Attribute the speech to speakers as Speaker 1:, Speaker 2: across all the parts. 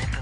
Speaker 1: and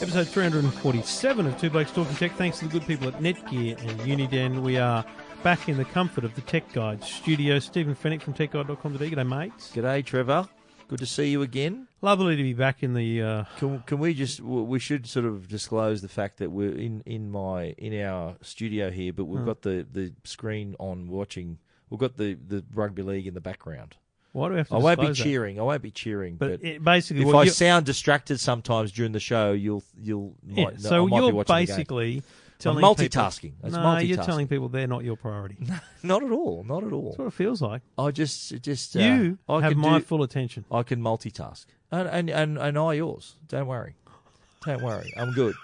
Speaker 2: Episode 347 of Two Blokes Talking Tech. Thanks to the good people at Netgear and Uniden. We are back in the comfort of the Tech Guide studio. Stephen Fennick from techguide.com.au. G'day, mates.
Speaker 3: G'day, Trevor. Good to see you again.
Speaker 2: Lovely to be back in the uh,
Speaker 3: Can, can we just w- we should sort of disclose the fact that we're in, in my in our studio here, but
Speaker 2: Hmm.
Speaker 3: we've got the, the screen on watching. We've got the, the rugby league in the background.
Speaker 2: Why do we have to?
Speaker 3: I won't be
Speaker 2: disclose that?
Speaker 3: cheering. I won't be cheering.
Speaker 2: But
Speaker 3: But,
Speaker 2: it, basically,
Speaker 3: if
Speaker 2: what
Speaker 3: I
Speaker 2: you-
Speaker 3: sound distracted sometimes during the show, you'll you'll
Speaker 2: yeah,
Speaker 3: might,
Speaker 2: so
Speaker 3: I might be
Speaker 2: you're
Speaker 3: watching the game.
Speaker 2: basically telling
Speaker 3: multitasking.
Speaker 2: People,
Speaker 3: That's
Speaker 2: no, you're
Speaker 3: multitasking.
Speaker 2: telling people they're not your priority. That's
Speaker 3: not at all. Not at all.
Speaker 2: what it feels like.
Speaker 3: I just it just uh,
Speaker 2: you
Speaker 3: I
Speaker 2: have
Speaker 3: can
Speaker 2: my
Speaker 3: do-
Speaker 2: full attention.
Speaker 3: I can multitask, and and and, and I yours. Don't worry. Don't worry. I'm good.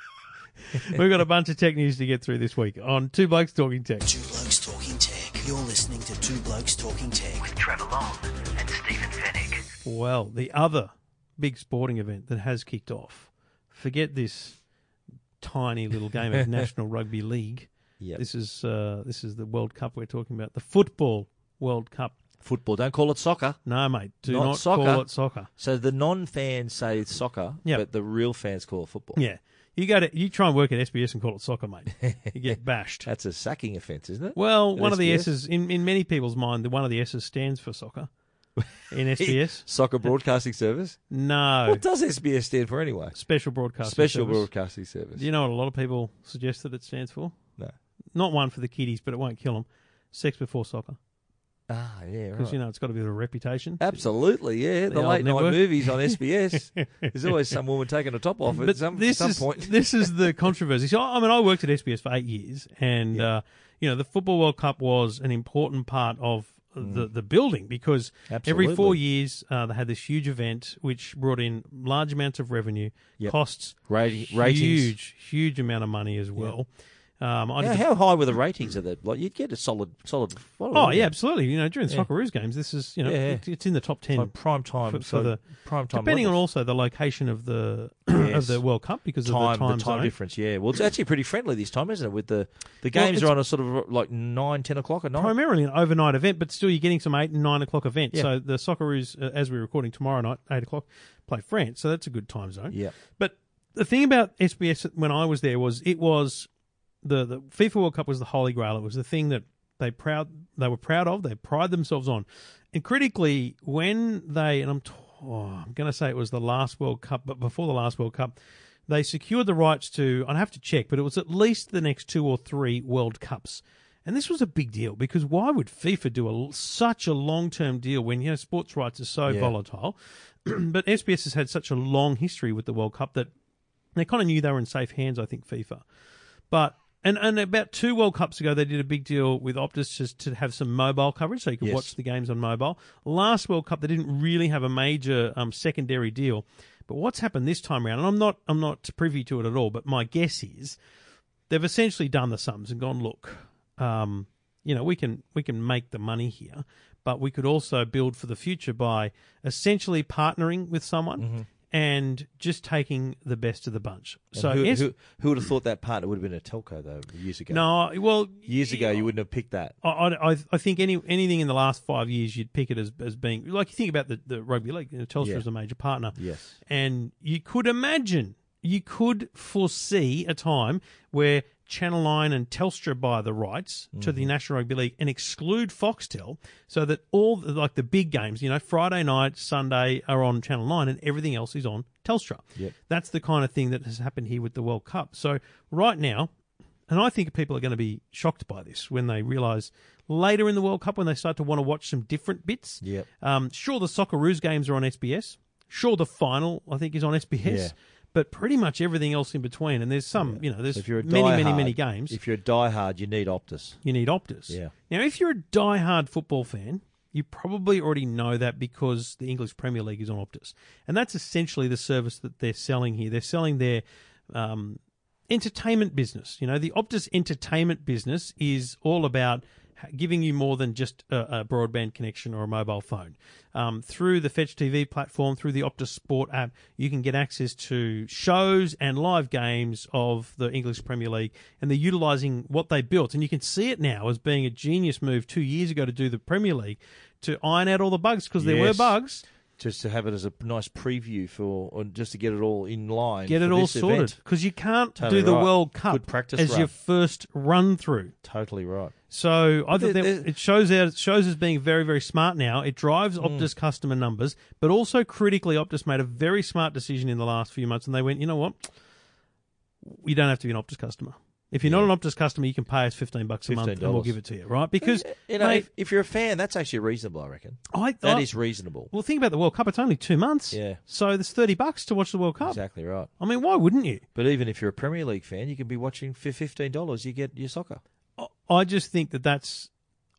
Speaker 2: We've got a bunch of tech news to get through this week on Two Blokes Talking Tech.
Speaker 1: Two Blokes Talking Tech. You're listening to Two Blokes Talking Tech. With Trevor Long and Stephen Fennick.
Speaker 2: Well, the other big sporting event that has kicked off. Forget this tiny little game of National Rugby League.
Speaker 3: Yeah.
Speaker 2: This is uh, this is the World Cup we're talking about. The Football World Cup.
Speaker 3: Football. Don't call it soccer.
Speaker 2: No, mate, do
Speaker 3: Not
Speaker 2: not, call
Speaker 3: soccer.
Speaker 2: it soccer.
Speaker 3: So the non-fans say it's soccer,
Speaker 2: Yeah.
Speaker 3: but the real fans call it football.
Speaker 2: Yeah. You go to you try and work at SBS and call it soccer, mate. You get bashed.
Speaker 3: That's a sacking offence, isn't it?
Speaker 2: Well,
Speaker 3: At
Speaker 2: one of the
Speaker 3: SBS?
Speaker 2: S's in, in many people's mind, the one of the S's stands for soccer. In SBS,
Speaker 3: Soccer Broadcasting Service.
Speaker 2: no
Speaker 3: What does SBS stand for anyway?
Speaker 2: special broadcast.
Speaker 3: Special Broadcasting Service.
Speaker 2: Do you know what a lot of people suggest that it stands for?
Speaker 3: No.
Speaker 2: Not one for the kiddies, but it won't kill them. Sex before soccer,
Speaker 3: Ah, yeah,
Speaker 2: because
Speaker 3: right.
Speaker 2: you know it's got a bit of a reputation.
Speaker 3: Absolutely, yeah. The,
Speaker 2: old
Speaker 3: late
Speaker 2: network.
Speaker 3: night movies on SBS. There's always some woman taking a top off at some,
Speaker 2: this
Speaker 3: some
Speaker 2: is
Speaker 3: point.
Speaker 2: this is the controversy. So I mean, I worked at SBS for eight years, and uh, you know the Football World Cup was an important part of the the building because every four
Speaker 3: Mm. Absolutely.
Speaker 2: years uh, they had this huge event which brought in large amounts of revenue,
Speaker 3: Yep.
Speaker 2: costs
Speaker 3: Rati- ratings.
Speaker 2: huge huge amount of money as well. Um, I did
Speaker 3: Now,
Speaker 2: the-
Speaker 3: how high were the ratings of that? Like, you'd get a solid, solid. what
Speaker 2: oh
Speaker 3: was
Speaker 2: yeah,
Speaker 3: it?
Speaker 2: absolutely. You know during the Socceroos games, this is you know
Speaker 3: Yeah, yeah.
Speaker 2: it- it's in the top ten.
Speaker 3: Like prime time,
Speaker 2: For- for
Speaker 3: so
Speaker 2: the-
Speaker 3: prime time.
Speaker 2: Depending on
Speaker 3: levels.
Speaker 2: also the location of the of
Speaker 3: Yes.
Speaker 2: the World Cup because
Speaker 3: time,
Speaker 2: of the time, zone.
Speaker 3: difference. Yeah, well, it's actually pretty friendly this time, isn't it? With the the
Speaker 2: Well,
Speaker 3: games
Speaker 2: it's-
Speaker 3: are on a sort of like nine, ten o'clock at night.
Speaker 2: primarily an overnight event, but still you're getting some eight and nine o'clock event.
Speaker 3: Yeah.
Speaker 2: So the Socceroos, uh, as we're recording tomorrow night, eight o'clock, play France. So that's a good time zone.
Speaker 3: Yeah.
Speaker 2: But the thing about SBS when I was there was it was the the FIFA World Cup was the holy grail. It was the thing that they proud they were proud of. They pride themselves on, and critically when they and I'm t- oh, I'm going to say it was the last World Cup, but before the last World Cup. They secured the rights to, I'd have to check, but it was at least the next two or three World Cups. And this was a big deal because why would FIFA do a l such a long term deal when you know sports rights are so volatile? but SBS has had such a long history with the World Cup that they kind of knew they were in safe hands. I think FIFA, but and and about two World Cups ago, they did a big deal with Optus just to have some mobile coverage, so you could
Speaker 3: Yes.
Speaker 2: watch the games on mobile. Last World Cup, they didn't really have a major um, secondary deal. But what's happened this time around? And I'm not I'm not privy to it at all. But my guess is they've essentially done the sums and gone, look, um, you know, we can we can make the money here, but we could also build for the future by essentially partnering with someone and just taking the best of the bunch.
Speaker 3: Mm-hmm. And
Speaker 2: so
Speaker 3: who,
Speaker 2: yes,
Speaker 3: who, who would have thought that partner would have been a telco though years ago?
Speaker 2: no, well,
Speaker 3: years ago you wouldn't have picked that.
Speaker 2: I, I, I- I think any anything in the last five years you'd pick it as, as being like you think about the, the rugby league. You know, Telstra
Speaker 3: Yeah.
Speaker 2: is a major partner,
Speaker 3: Yes.
Speaker 2: and you could imagine you could foresee a time where Channel Nine and Telstra buy the rights to
Speaker 3: Mm-hmm.
Speaker 2: the National Rugby League and exclude Foxtel, so that all the, like the big games, you know, Friday night, Sunday are on Channel Nine, and everything else is on Telstra.
Speaker 3: Yep.
Speaker 2: That's the kind of thing that has happened here with the World Cup. So right now, and I think people are going to be shocked by this when they realise later in the World Cup when they start to want to watch some different bits.
Speaker 3: Yep.
Speaker 2: Um, sure, the Socceroos games are on SBS. Sure, the final I think is on SBS.
Speaker 3: Yeah.
Speaker 2: But pretty much everything else in between, and there's some, you know, there's
Speaker 3: If you're a
Speaker 2: many, many,
Speaker 3: diehard-
Speaker 2: many games.
Speaker 3: If you're a diehard, you need Optus.
Speaker 2: you need Optus.
Speaker 3: Yeah.
Speaker 2: Now, if you're a diehard football fan, you probably already know that because the English Premier League is on Optus, and that's essentially the service that they're selling here. They're selling their um, entertainment business. You know, the Optus entertainment business is all about h- giving you more than just a, a broadband connection or a mobile phone. Um, through the Fetch TV platform, through the Optus Sport app, you can get access to shows and live games of the English Premier League, and they're utilising what they built. And you can see it now as being a genius move two years ago to do the Premier League to iron out all the bugs because there were
Speaker 3: Yes.
Speaker 2: bugs.
Speaker 3: just to have it as a nice preview for, or just to get it all in line.
Speaker 2: Get
Speaker 3: for
Speaker 2: it all
Speaker 3: this event.
Speaker 2: sorted because you can't
Speaker 3: Totally
Speaker 2: do the
Speaker 3: right.
Speaker 2: World Cup
Speaker 3: Good practice
Speaker 2: as
Speaker 3: run.
Speaker 2: your first run through.
Speaker 3: Totally right.
Speaker 2: So I think
Speaker 3: there-
Speaker 2: that
Speaker 3: there-
Speaker 2: it shows out it shows as being very very smart now. It drives
Speaker 3: Hmm.
Speaker 2: Optus customer numbers, but also critically, Optus made a very smart decision in the last few months, and they went, you know what, you don't have to be an Optus customer. If you're not an Optus customer, you can pay us fifteen bucks a month, and we'll
Speaker 3: $15.
Speaker 2: give it to you, right? Because
Speaker 3: You know,
Speaker 2: mate,
Speaker 3: if, if you're a fan, that's actually reasonable. I reckon
Speaker 2: I,
Speaker 3: that is
Speaker 2: I-
Speaker 3: reasonable.
Speaker 2: well, think about the World Cup. It's only two months,
Speaker 3: Yeah.
Speaker 2: So there's thirty bucks to watch the World Cup.
Speaker 3: Exactly right.
Speaker 2: I mean, why wouldn't you?
Speaker 3: But even if you're a Premier League fan, you can be watching for fifteen dollars. You get your soccer.
Speaker 2: I just think that that's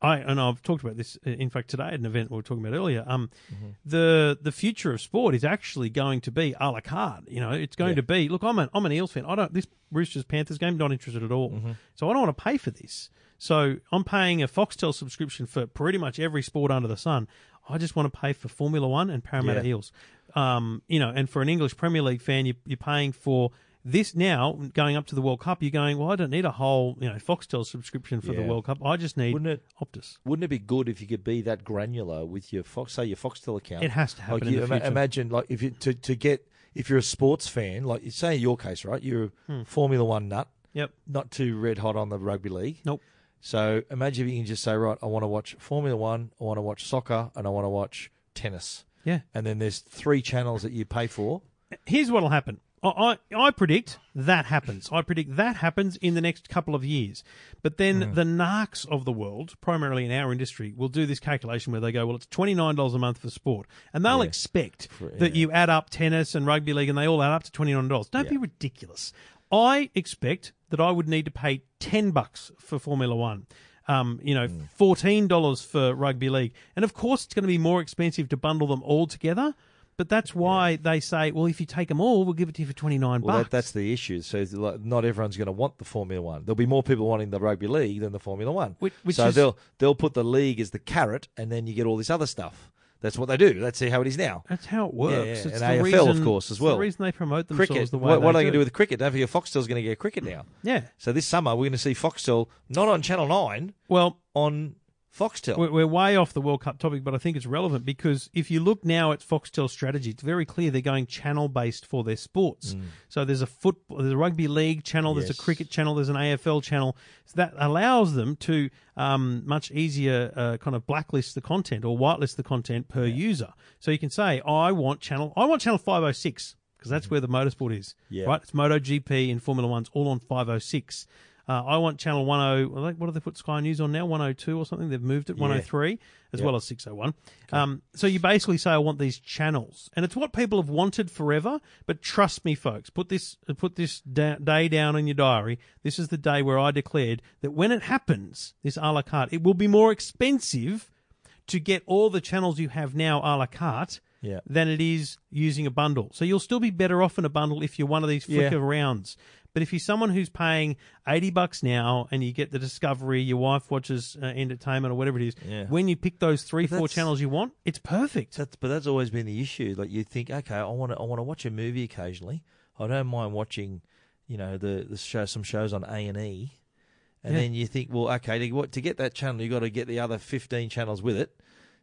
Speaker 2: I and I've talked about this in fact today at an event we were talking about earlier. Um,
Speaker 3: Mm-hmm.
Speaker 2: the the future of sport is actually going to be a la carte. You know, it's going
Speaker 3: Yeah.
Speaker 2: to be look. I'm an I'm an Eels fan. I don't this Roosters Panthers game not interested at all.
Speaker 3: Mm-hmm.
Speaker 2: So I don't want to pay for this. So I'm paying a Foxtel subscription for pretty much every sport under the sun. I just want to pay for Formula One and Parramatta
Speaker 3: Yeah.
Speaker 2: Eels. Um, you know, and for an English Premier League fan, you, you're paying for this now going up to the World Cup. You're going, well, I don't need a whole you know Foxtel subscription for the
Speaker 3: Yeah.
Speaker 2: World Cup. I just need
Speaker 3: Wouldn't it-
Speaker 2: Optus.
Speaker 3: Wouldn't it be good if you could be that granular with your Fox, say your Foxtel account?
Speaker 2: It has to happen
Speaker 3: Like
Speaker 2: in
Speaker 3: you
Speaker 2: the
Speaker 3: ima-
Speaker 2: future.
Speaker 3: imagine, like if you to, to get if you're a sports fan, like you say in your case, right? You're a
Speaker 2: Hmm.
Speaker 3: Formula One nut,
Speaker 2: Yep.
Speaker 3: not too red hot on the rugby league.
Speaker 2: Nope.
Speaker 3: So imagine if you can just say, right, I want to watch Formula One, I want to watch soccer, and I want to watch tennis.
Speaker 2: Yeah.
Speaker 3: And then there's three channels that you pay for.
Speaker 2: here's what'll happen. I, I I predict that happens. I predict that happens in the next couple of years. But then the narcs of the world, primarily in our industry, will do this calculation where they go, well, it's twenty nine dollars a month for sport, and they'll expect that you add up tennis and rugby league, and they all add up to twenty nine dollars. Don't be ridiculous. I expect that I would need to pay ten bucks for Formula One. Um, you know, fourteen dollars for rugby league, and of course, it's going to be more expensive to bundle them all together. But that's why they say, well, if you take them all, we'll give it to you for twenty nine
Speaker 3: Well,
Speaker 2: bucks.
Speaker 3: that, that's the issue. So it's like, not everyone's going to want the Formula One. There'll be more people wanting the rugby league than the Formula One.
Speaker 2: Which- which
Speaker 3: so
Speaker 2: is-
Speaker 3: they'll they'll put the league as the carrot, and then you get all this other stuff. That's what they do. Let's see how it is now.
Speaker 2: That's how it works.
Speaker 3: Yeah, yeah,
Speaker 2: It's
Speaker 3: and
Speaker 2: the
Speaker 3: AFL,
Speaker 2: reason,
Speaker 3: of course, as
Speaker 2: it's
Speaker 3: well.
Speaker 2: The reason they promote themselves
Speaker 3: Cricket.
Speaker 2: the way
Speaker 3: what
Speaker 2: they
Speaker 3: what are
Speaker 2: do.
Speaker 3: they going to do with cricket? Don't forget, Foxtel's going to get cricket now.
Speaker 2: Yeah.
Speaker 3: So this summer we're going to see Foxtel not on Channel Nine
Speaker 2: Well,
Speaker 3: on Foxtel.
Speaker 2: we're, we're way off the World Cup topic, but I think it's relevant because if you look now at Foxtel's strategy, it's very clear they're going channel based for their sports. So there's a football, there's a rugby league channel, there's a
Speaker 3: Mm. Yes.
Speaker 2: cricket channel, there's an AFL channel. So that allows them to um, much easier uh, kind of blacklist the content or whitelist the content per user. So you can say, I want channel, I want channel 506 because that's where the motorsport is.
Speaker 3: Mm-hmm. Yeah.
Speaker 2: Right. It's MotoGP and Formula One's all on 506. Uh, I want channel 10. well, like, What do they put Sky News on now? 102 or something? They've moved it 103 as well as 601. Um, so you basically say I want these channels, and it's what people have wanted forever. But trust me, folks, put this put this da- day down in your diary. This is the day where I declared that when it happens, this a la carte, it will be more expensive to get all the channels you have now a la carte
Speaker 3: Yeah.
Speaker 2: than it is using a bundle. So you'll still be better off in a bundle if you're one of these flick
Speaker 3: Yeah.
Speaker 2: of rounds. But if you're someone who's paying 80 bucks now and you get the Discovery, your wife watches uh, entertainment or whatever it is,
Speaker 3: Yeah.
Speaker 2: when you pick those three,
Speaker 3: But
Speaker 2: four
Speaker 3: that's-
Speaker 2: channels you want, it's perfect.
Speaker 3: That's but that's always been the issue. Like you think, okay, I want to I want to watch a movie occasionally. I don't mind watching, you know, the the show some shows on A and E, and
Speaker 2: Yeah.
Speaker 3: then you think, well, okay, to what to get that channel, you got to get the other fifteen channels with it.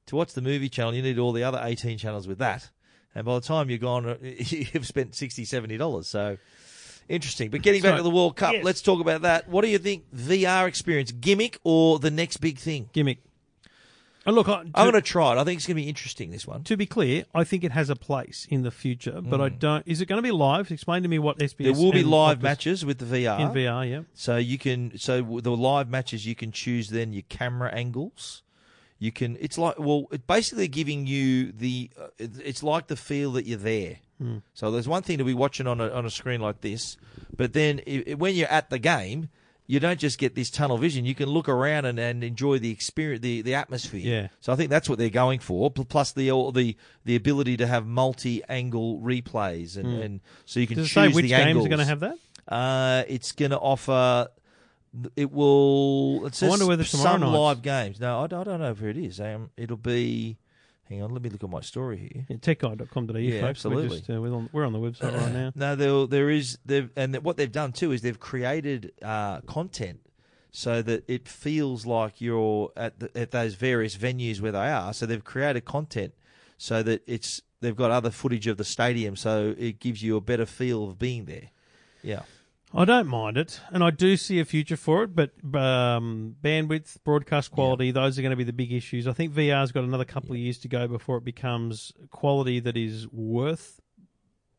Speaker 3: To watch the movie channel, you need all the other eighteen channels with that. And by the time you're gone, uh, you've spent sixty, seventy dollars. So interesting. But getting back
Speaker 2: So-
Speaker 3: to the World Cup,
Speaker 2: Yes.
Speaker 3: let's talk about that. What do you think VR experience gimmick or the next big thing?
Speaker 2: Gimmick. And look, I, to,
Speaker 3: I'm going to try it. I think it's going to be interesting. This one.
Speaker 2: to be clear, I think it has a place in the future, but I don't. Is it going to be live? Explain to me what SBS.
Speaker 3: Mm. There will be
Speaker 2: and
Speaker 3: live
Speaker 2: Optus-
Speaker 3: matches with the VR.
Speaker 2: in VR. Yeah,
Speaker 3: So you can so w- the live matches you can choose then your camera angles. You can it's like well it's basically giving you the uh, it- it's like the feel that you're there.
Speaker 2: Hmm.
Speaker 3: So there's one thing to be watching on a on a screen like this, but then i i when you're at the game you don't just get this tunnel vision. You can look around and, and enjoy the experience, the, the atmosphere.
Speaker 2: Yeah.
Speaker 3: So I think that's what they're going for. pl- Plus the all the the ability to have multi angle replays and, and so you can
Speaker 2: Hmm. Does it
Speaker 3: choose
Speaker 2: say which
Speaker 3: the
Speaker 2: games
Speaker 3: angles.
Speaker 2: are going to have that?
Speaker 3: Uh, it's going to offer. It will. It says
Speaker 2: wonder whether tomorrow
Speaker 3: some
Speaker 2: night's-
Speaker 3: live games. No, I, don't- I don't know if it is. Um, it'll be. Hang on, let me look at my story here.
Speaker 2: Yeah, techguide.com.au,
Speaker 3: Yeah,
Speaker 2: folks. We're,
Speaker 3: absolutely.
Speaker 2: just, uh, we're, on, we're on the website right now.
Speaker 3: No, there there is there, and what they've done too is they've created uh, content so that it feels like you're at the, at those various venues where they are. So they've created content so that it's they've got other footage of the stadium, so it gives you a better feel of being there. Yeah,
Speaker 2: I don't mind it, and I do see a future for it. But um, bandwidth, broadcast quality, those are going to be the big issues. I think VR's got another couple of years to go before it becomes quality that is worth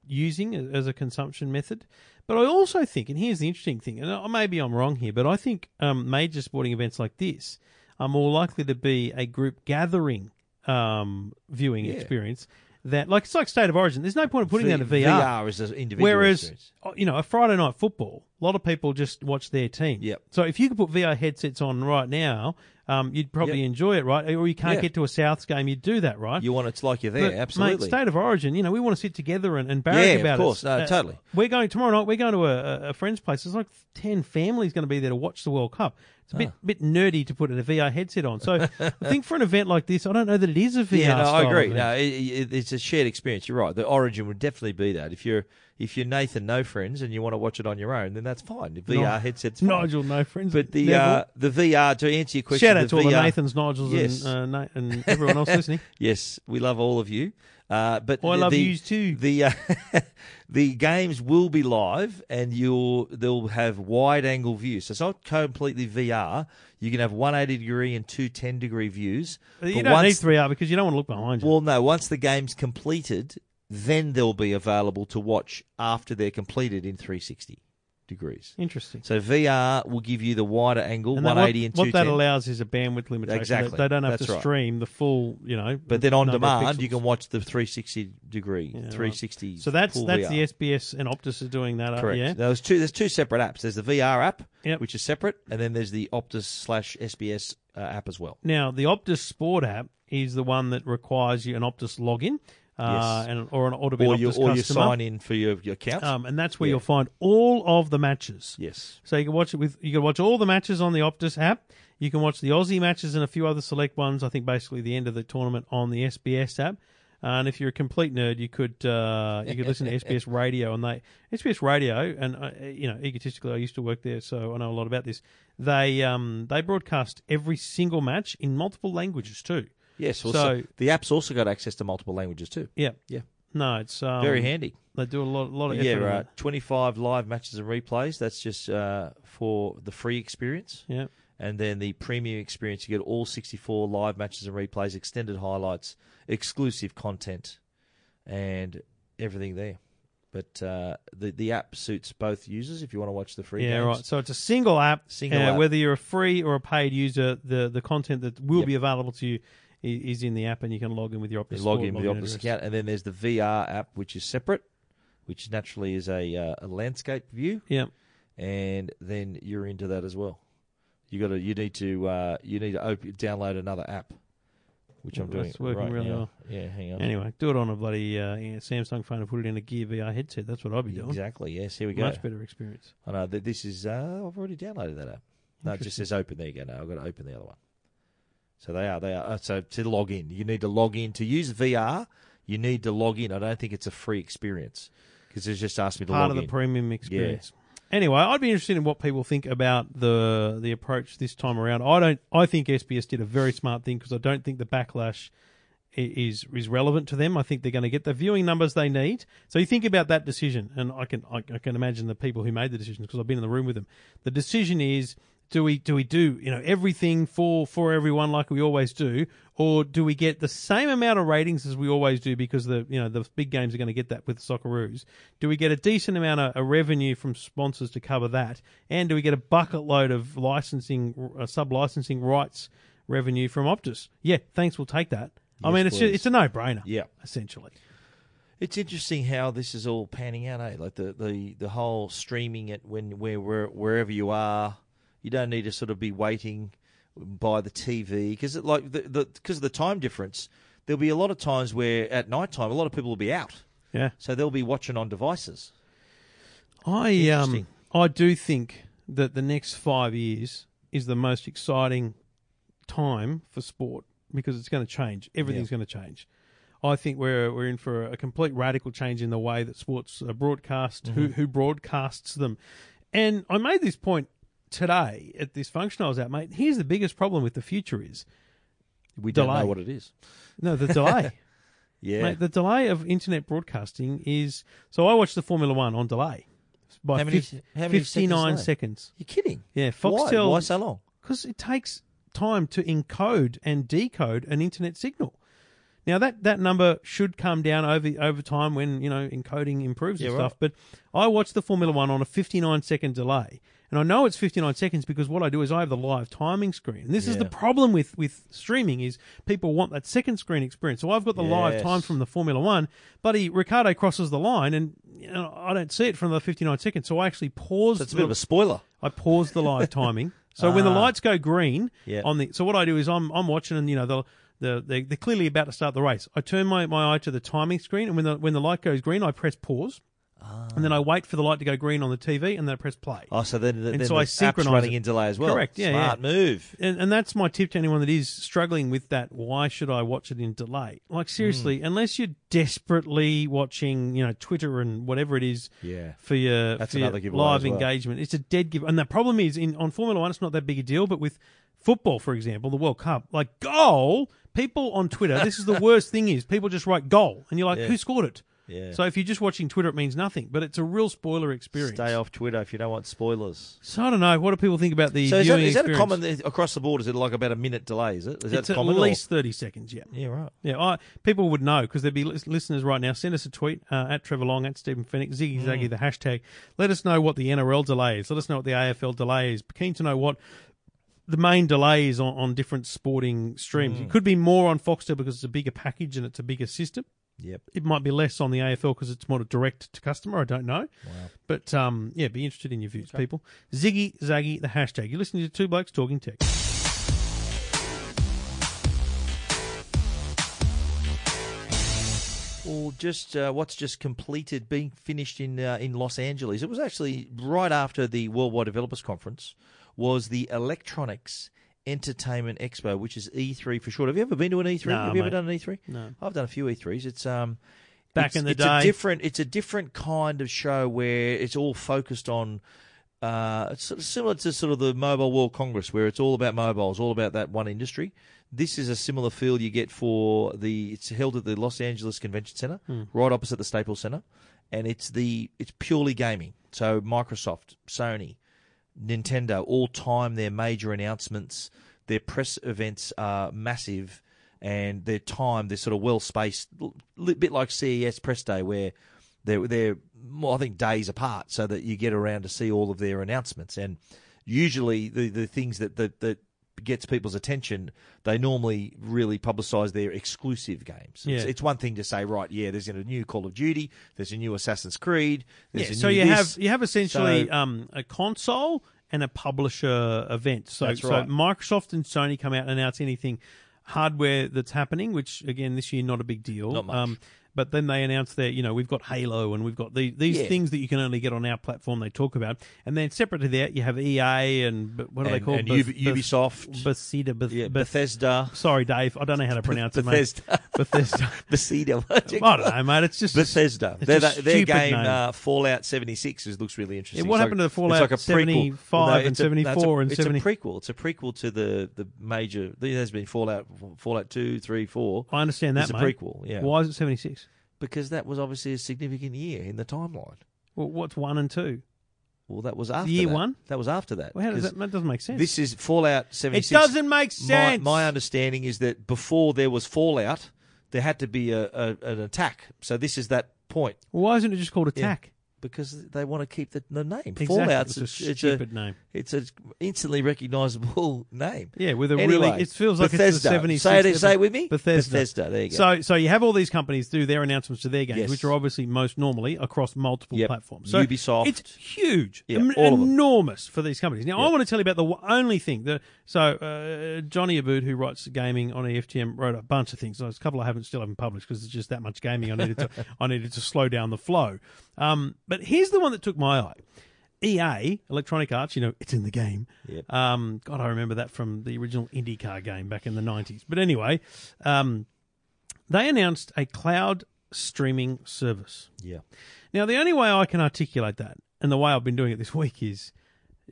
Speaker 2: using a- as a consumption method. But I also think, and here's the interesting thing, and I- maybe I'm wrong here, but I think um, major sporting events like this are more likely to be a group gathering um, viewing
Speaker 3: Yeah.
Speaker 2: experience. That like it's like State of Origin. There's no point in putting that in
Speaker 3: V-
Speaker 2: VR.
Speaker 3: VR is an individual.
Speaker 2: Whereas,
Speaker 3: experience.
Speaker 2: uh, you know, a Friday night football, a lot of people just watch their team.
Speaker 3: Yep.
Speaker 2: So if you could put VR headsets on right now, um, you'd probably
Speaker 3: Yep.
Speaker 2: enjoy it, right? Or you can't
Speaker 3: Yeah.
Speaker 2: get to a Souths game, you'd do that, right?
Speaker 3: you want it's like you're there.
Speaker 2: But,
Speaker 3: absolutely.
Speaker 2: Mate, state of origin, you know, we want to sit together and, and barrack
Speaker 3: Yeah, of
Speaker 2: about it. Uh,
Speaker 3: course. No, totally.
Speaker 2: We're going tomorrow night, we're going to a, a- a friend's place. There's like 10 families going to be there to watch the World Cup. It's a bit, bit nerdy to put a VR headset on. So I think for an event like this, I don't know that it is a VR.
Speaker 3: Yeah, no, I
Speaker 2: style
Speaker 3: agree.
Speaker 2: event.
Speaker 3: No, it, it, it's a shared experience. You're right. The origin would definitely be that. If you're if you're Nathan no friends and you want to watch it on your own, then that's fine. The VR headset's fine.
Speaker 2: Nigel, no friends.
Speaker 3: But the
Speaker 2: Neville.
Speaker 3: uh, the VR to answer your question,
Speaker 2: Shout out
Speaker 3: the
Speaker 2: to all the
Speaker 3: VR
Speaker 2: Nathans, Nigels,
Speaker 3: Yes.
Speaker 2: and, uh, Na- and everyone else listening.
Speaker 3: Yes, we love all of you. Uh, but
Speaker 2: I love
Speaker 3: the,
Speaker 2: yous too.
Speaker 3: The uh, the games will be live, and you'll they'll have wide angle views. So it's not completely VR. You can have 180 degree and 210 degree views.
Speaker 2: You don't
Speaker 3: But
Speaker 2: need
Speaker 3: once-
Speaker 2: 3R because you don't want to look behind you.
Speaker 3: Well, no. Once the game's completed, then they'll be available to watch after they're completed in 360 degrees.
Speaker 2: Interesting.
Speaker 3: So VR will give you the wider angle,
Speaker 2: And that-
Speaker 3: 180
Speaker 2: what,
Speaker 3: and
Speaker 2: what that
Speaker 3: 210.
Speaker 2: allows is a bandwidth limitation.
Speaker 3: Exactly.
Speaker 2: They, they don't have
Speaker 3: That's
Speaker 2: to
Speaker 3: right.
Speaker 2: stream the full, you know.
Speaker 3: but then on
Speaker 2: number of
Speaker 3: demand, you
Speaker 2: pixels.
Speaker 3: can watch the 360 degree,
Speaker 2: right.
Speaker 3: 360.
Speaker 2: So that's
Speaker 3: full
Speaker 2: that's
Speaker 3: VR.
Speaker 2: the SBS and Optus is doing that. uh,
Speaker 3: Correct.
Speaker 2: Yeah.
Speaker 3: There's two. There's two separate apps. There's the VR app,
Speaker 2: Yep.
Speaker 3: which is separate, and then there's the Optus slash SBS uh, app as well.
Speaker 2: Now the Optus Sport app is the one that requires you an Optus login, uh,
Speaker 3: Yes.
Speaker 2: and or an or to be
Speaker 3: Or
Speaker 2: an
Speaker 3: you
Speaker 2: Optus
Speaker 3: or you
Speaker 2: customer,
Speaker 3: sign in for your, your account.
Speaker 2: um, and that's where
Speaker 3: Yeah.
Speaker 2: you'll find all of the matches.
Speaker 3: yes.
Speaker 2: So you can watch it with you can watch all the matches on the Optus app. You can watch the Aussie matches and a few other select ones. I think basically the end of the tournament on the SBS app. Uh, and if you're a complete nerd, you could uh, you could listen to SBS radio and they SBS radio and uh, you know egotistically I used to work there, so I know a lot about this. They um, they broadcast every single match in multiple languages too.
Speaker 3: Yes. Well,
Speaker 2: So-
Speaker 3: so, the app's also got access to multiple languages too.
Speaker 2: Yeah,
Speaker 3: Yeah.
Speaker 2: No, it's um,
Speaker 3: Very handy.
Speaker 2: They do a lot a lot of
Speaker 3: Yeah,
Speaker 2: effort in
Speaker 3: right.
Speaker 2: that.
Speaker 3: 25 live matches and replays. That's just uh, for the free experience.
Speaker 2: Yeah.
Speaker 3: And then the premium experience, you get all 64 live matches and replays, extended highlights, exclusive content, and everything there. But uh, the, the app suits both users if you want to watch the free
Speaker 2: Yeah,
Speaker 3: games.
Speaker 2: right. So it's a single app.
Speaker 3: Single
Speaker 2: uh,
Speaker 3: app.
Speaker 2: Whether you're a free or a paid user, the, the content that will
Speaker 3: Yep.
Speaker 2: be available to you i- is in the app, and you can log in with your Optus.
Speaker 3: You log
Speaker 2: Sport
Speaker 3: in with the
Speaker 2: login
Speaker 3: Optus
Speaker 2: address.
Speaker 3: account. And then there's the VR app, which is separate, which naturally is a, uh, a landscape view.
Speaker 2: Yeah,
Speaker 3: and then you're into that as well. You got to you need to uh, you need to op- download another app, which I'm doing
Speaker 2: That's working
Speaker 3: right
Speaker 2: really
Speaker 3: now.
Speaker 2: well.
Speaker 3: Yeah, hang on.
Speaker 2: Anyway, do it on a bloody uh, yeah, Samsung phone and put it in a Gear VR headset. That's what I'd be doing.
Speaker 3: Exactly. Yes. Here we go.
Speaker 2: Much better experience.
Speaker 3: I know that this is. Uh, I've already downloaded that app. No, it just says open. There you go. No, I've got to open the other one. So they are. They are. uh, So to log in, you need to log in to use VR. You need to log in. I don't think it's a free experience because it's just asked me to
Speaker 2: Part
Speaker 3: log
Speaker 2: of the
Speaker 3: in.
Speaker 2: premium experience. Anyway, I'd be interested in what people think about the the approach this time around. I don't. I think SBS did a very smart thing because I don't think the backlash i- is is relevant to them. I think they're going to get the viewing numbers they need. So you think about that decision, and I can I, I can imagine the people who made the decision because I've been in the room with them. The decision is. Do we do we do you know everything for for everyone like we always do, or do we get the same amount of ratings as we always do because the you know the big games are going to get that with the Socceroos? Do we get a decent amount of, of revenue from sponsors to cover that, and do we get a bucket load of licensing uh, sub licensing rights revenue from Optus? Yeah, thanks, we'll take that. I
Speaker 3: Yes,
Speaker 2: mean, it's
Speaker 3: please.
Speaker 2: just, it's a no brainer.
Speaker 3: Yeah.
Speaker 2: essentially.
Speaker 3: It's interesting how this is all panning out, eh? Like the, the, the whole streaming it when where, where wherever you are, You don't need to sort of be waiting by the TV because like the because of the time difference, there'll be a lot of times where at night time a lot of people will be out,
Speaker 2: Yeah.
Speaker 3: so they'll be watching on devices.
Speaker 2: I um
Speaker 3: Interesting.
Speaker 2: I do think that the next five years is the most exciting time for sport because it's going to change. Everything's going to change. I think we're we're in for a complete radical change in the way that sports are broadcast, who who broadcasts them, and I made this point today at this function I was at, mate. Here's the biggest problem with the future is
Speaker 3: We
Speaker 2: Delay.
Speaker 3: don't know what it is.
Speaker 2: no the delay.
Speaker 3: Yeah,
Speaker 2: Mate, the delay of internet broadcasting is so. I watched the Formula One on delay by
Speaker 3: How many-
Speaker 2: fif-
Speaker 3: how many seconds
Speaker 2: 59
Speaker 3: delay?
Speaker 2: seconds.
Speaker 3: you're kidding.
Speaker 2: Yeah,
Speaker 3: Why?
Speaker 2: Foxtel-
Speaker 3: Why so long?
Speaker 2: because it takes time to encode and decode an internet signal. Now that, that number should come down over over time when you know encoding improves and
Speaker 3: Yeah,
Speaker 2: stuff. But I watched the Formula One on a 59 second delay, and I know it's 59 seconds because what I do is I have the live timing screen. And this is the
Speaker 3: Yeah.
Speaker 2: problem with with streaming is people want that second screen experience. So I've got the live
Speaker 3: Yes.
Speaker 2: time from the Formula One, buddy. Ricardo crosses the line, and you know, I don't see it from the 59 seconds. So I actually pause.
Speaker 3: That's a bit of a spoiler.
Speaker 2: I pause the live timing. So when the lights go green
Speaker 3: Yeah.
Speaker 2: on the so what I do is I'm I'm watching and you know the the they, they're clearly about to start the race. I turn my, my eye to the timing screen and when the when the light goes green I press pause. And then I wait for the light to go green on the TV and then I press play.
Speaker 3: Oh, so then, then
Speaker 2: And
Speaker 3: the
Speaker 2: so I
Speaker 3: app's
Speaker 2: synchronise
Speaker 3: running
Speaker 2: it.
Speaker 3: in delay as well.
Speaker 2: Correct, yeah,
Speaker 3: Smart
Speaker 2: yeah.
Speaker 3: move.
Speaker 2: and, and that's my tip to anyone that is struggling with that. Why should I watch it in delay? Like
Speaker 3: Mm.
Speaker 2: seriously, unless you're desperately watching, you know, Twitter and whatever it is
Speaker 3: Yeah.
Speaker 2: for your,
Speaker 3: That's
Speaker 2: for your
Speaker 3: another giveaway
Speaker 2: live
Speaker 3: as well.
Speaker 2: engagement, it's a dead give. And the problem is in on Formula One, it's not that big a deal, but with football, for example, the World Cup, like goal, people on Twitter, this is the worst thing is people just write goal, and you're like, who scored it?
Speaker 3: Yeah.
Speaker 2: So if you're just watching Twitter, it means nothing, but it's a real spoiler experience.
Speaker 3: Stay off Twitter if you don't want spoilers.
Speaker 2: So I don't know. What do people think about the
Speaker 3: So is that,
Speaker 2: viewing
Speaker 3: is that a
Speaker 2: experience?
Speaker 3: common across the board? Is it like about a minute delay? Is it? Is
Speaker 2: It's
Speaker 3: that
Speaker 2: at
Speaker 3: common? or-
Speaker 2: least thirty seconds. Yeah.
Speaker 3: Yeah, right.
Speaker 2: Yeah, I, people would know because there'd be lis- listeners right now. Send us a tweet uh, at Trevor Long, at Stephen Fennick, Ziggy Zaggy, the hashtag. Let us know what the NRL delay is. Let us know what the AFL delay is. Keen to know what the main delay is on, on different sporting streams. It could be more on Foxtel because it's a bigger package and it's a bigger system.
Speaker 3: Yep.
Speaker 2: It might be less on the AFL because it's more direct to customer. I don't know. But um, yeah, be interested in your views, people. Ziggy Zaggy, the hashtag. You're listening to Two Blokes Talking Tech.
Speaker 3: Well, just uh, what's just completed, being finished in uh, in Los Angeles. It was actually right after the Worldwide Developers Conference was the Electronics Entertainment Expo, which is E3 for short. Have you ever been to an E E3?
Speaker 2: No,
Speaker 3: Have you
Speaker 2: mate.
Speaker 3: ever done an E3?
Speaker 2: No.
Speaker 3: I've done a few E3s. It's um
Speaker 2: Back
Speaker 3: it's-
Speaker 2: in the
Speaker 3: it's
Speaker 2: day.
Speaker 3: a different. It's a different kind of show where it's all focused on. Uh, it's sort of similar to sort of the Mobile World Congress, where it's all about mobiles, all about that one industry. This is a similar feel you get for the. It's held at the Los Angeles Convention Center,
Speaker 2: Hmm.
Speaker 3: right opposite the Staples Center, and it's the it's purely gaming. So Microsoft, Sony, Nintendo all time their major announcements, their press events are massive, and their time they're sort of well spaced, a bit like CES press day where they're they're well, I think days apart, so that you get around to see all of their announcements. And usually the the things that that, that gets people's attention, they normally really publicise their exclusive games. It's,
Speaker 2: Yeah.
Speaker 3: it's one thing to say, right, yeah, there's a new Call of Duty, there's a new Assassin's Creed, there's
Speaker 2: Yeah,
Speaker 3: a
Speaker 2: so
Speaker 3: new
Speaker 2: you
Speaker 3: this.
Speaker 2: have you have essentially
Speaker 3: So-
Speaker 2: um, a console and a publisher event. So,
Speaker 3: That's
Speaker 2: so
Speaker 3: right.
Speaker 2: Microsoft and Sony come out and announce anything hardware that's happening, which again this year not a big deal. Um,
Speaker 3: Not much.
Speaker 2: but then they announce that you know we've got Halo and we've got the, these
Speaker 3: Yeah.
Speaker 2: things that you can only get on our platform. They talk about, and then separate to that you have EA and but what are they
Speaker 3: And-
Speaker 2: called?
Speaker 3: and
Speaker 2: Beth-
Speaker 3: Ub-
Speaker 2: Beth-
Speaker 3: Ubisoft.
Speaker 2: Bethesda. Beth-
Speaker 3: yeah,
Speaker 2: Beth-
Speaker 3: Bethesda.
Speaker 2: Sorry, Dave. I don't know how to pronounce
Speaker 3: Bethesda.
Speaker 2: it, mate. Bethesda.
Speaker 3: Bethesda.
Speaker 2: I don't know, mate. It's just
Speaker 3: Bethesda.
Speaker 2: It's
Speaker 3: Their,
Speaker 2: a
Speaker 3: their
Speaker 2: stupid
Speaker 3: game
Speaker 2: name.
Speaker 3: uh, Fallout 76 is, looks really interesting.
Speaker 2: Yeah, what
Speaker 3: It's
Speaker 2: happened to
Speaker 3: like-
Speaker 2: Fallout
Speaker 3: it's like a prequel.
Speaker 2: 75
Speaker 3: No,
Speaker 2: and
Speaker 3: it's a- no, it's a-
Speaker 2: 74 and
Speaker 3: it's
Speaker 2: 70
Speaker 3: a prequel. It's a prequel to the, the major. There's been Fallout Fallout 2, 3, 4.
Speaker 2: I understand that,
Speaker 3: It's a
Speaker 2: mate.
Speaker 3: prequel, yeah.
Speaker 2: Why is it seventy six?
Speaker 3: Because that was obviously a significant year in the timeline.
Speaker 2: Well, what's one and two?
Speaker 3: Well, that was after
Speaker 2: Year
Speaker 3: that.
Speaker 2: one?
Speaker 3: That was after that.
Speaker 2: Well, how does
Speaker 3: 'Cause
Speaker 2: that? That doesn't make sense.
Speaker 3: This is Fallout 76.
Speaker 2: it doesn't make
Speaker 3: My,
Speaker 2: sense.
Speaker 3: my understanding is that before there was Fallout, there had to be a, a an attack. So this is that point.
Speaker 2: Why isn't it just called Attack?
Speaker 3: because they want to keep the, the name.
Speaker 2: Exactly.
Speaker 3: Fallout's
Speaker 2: it's a
Speaker 3: it's
Speaker 2: stupid name.
Speaker 3: It's an instantly recognisable name.
Speaker 2: Yeah, with a
Speaker 3: Anyway,
Speaker 2: really, it feels like it's the
Speaker 3: Bethesda.
Speaker 2: 70s.
Speaker 3: Say it- say it with me?
Speaker 2: Bethesda.
Speaker 3: Bethesda, there you go.
Speaker 2: So, so you have all these companies do their announcements to their games,
Speaker 3: Yes.
Speaker 2: which are obviously most normally across multiple
Speaker 3: Yep.
Speaker 2: platforms. So
Speaker 3: Ubisoft.
Speaker 2: it's huge,
Speaker 3: Yeah,
Speaker 2: em-
Speaker 3: all of them.
Speaker 2: enormous for these companies. Now, I want to tell you about the w- only thing that so uh, Johnny Aboud, who writes gaming on E EFTM, wrote a bunch of things. There's a couple I haven't still haven't published because there's just that much gaming. I needed to I needed to slow down the flow. Um, but here's the one that took my eye. EA, Electronic Arts, you know, it's in the game.
Speaker 3: Yep.
Speaker 2: Um, God, I remember that from the original IndyCar game back in the 90s. But anyway, um, they announced a cloud streaming service.
Speaker 3: Yeah.
Speaker 2: Now, the only way I can articulate that and the way I've been doing it this week is,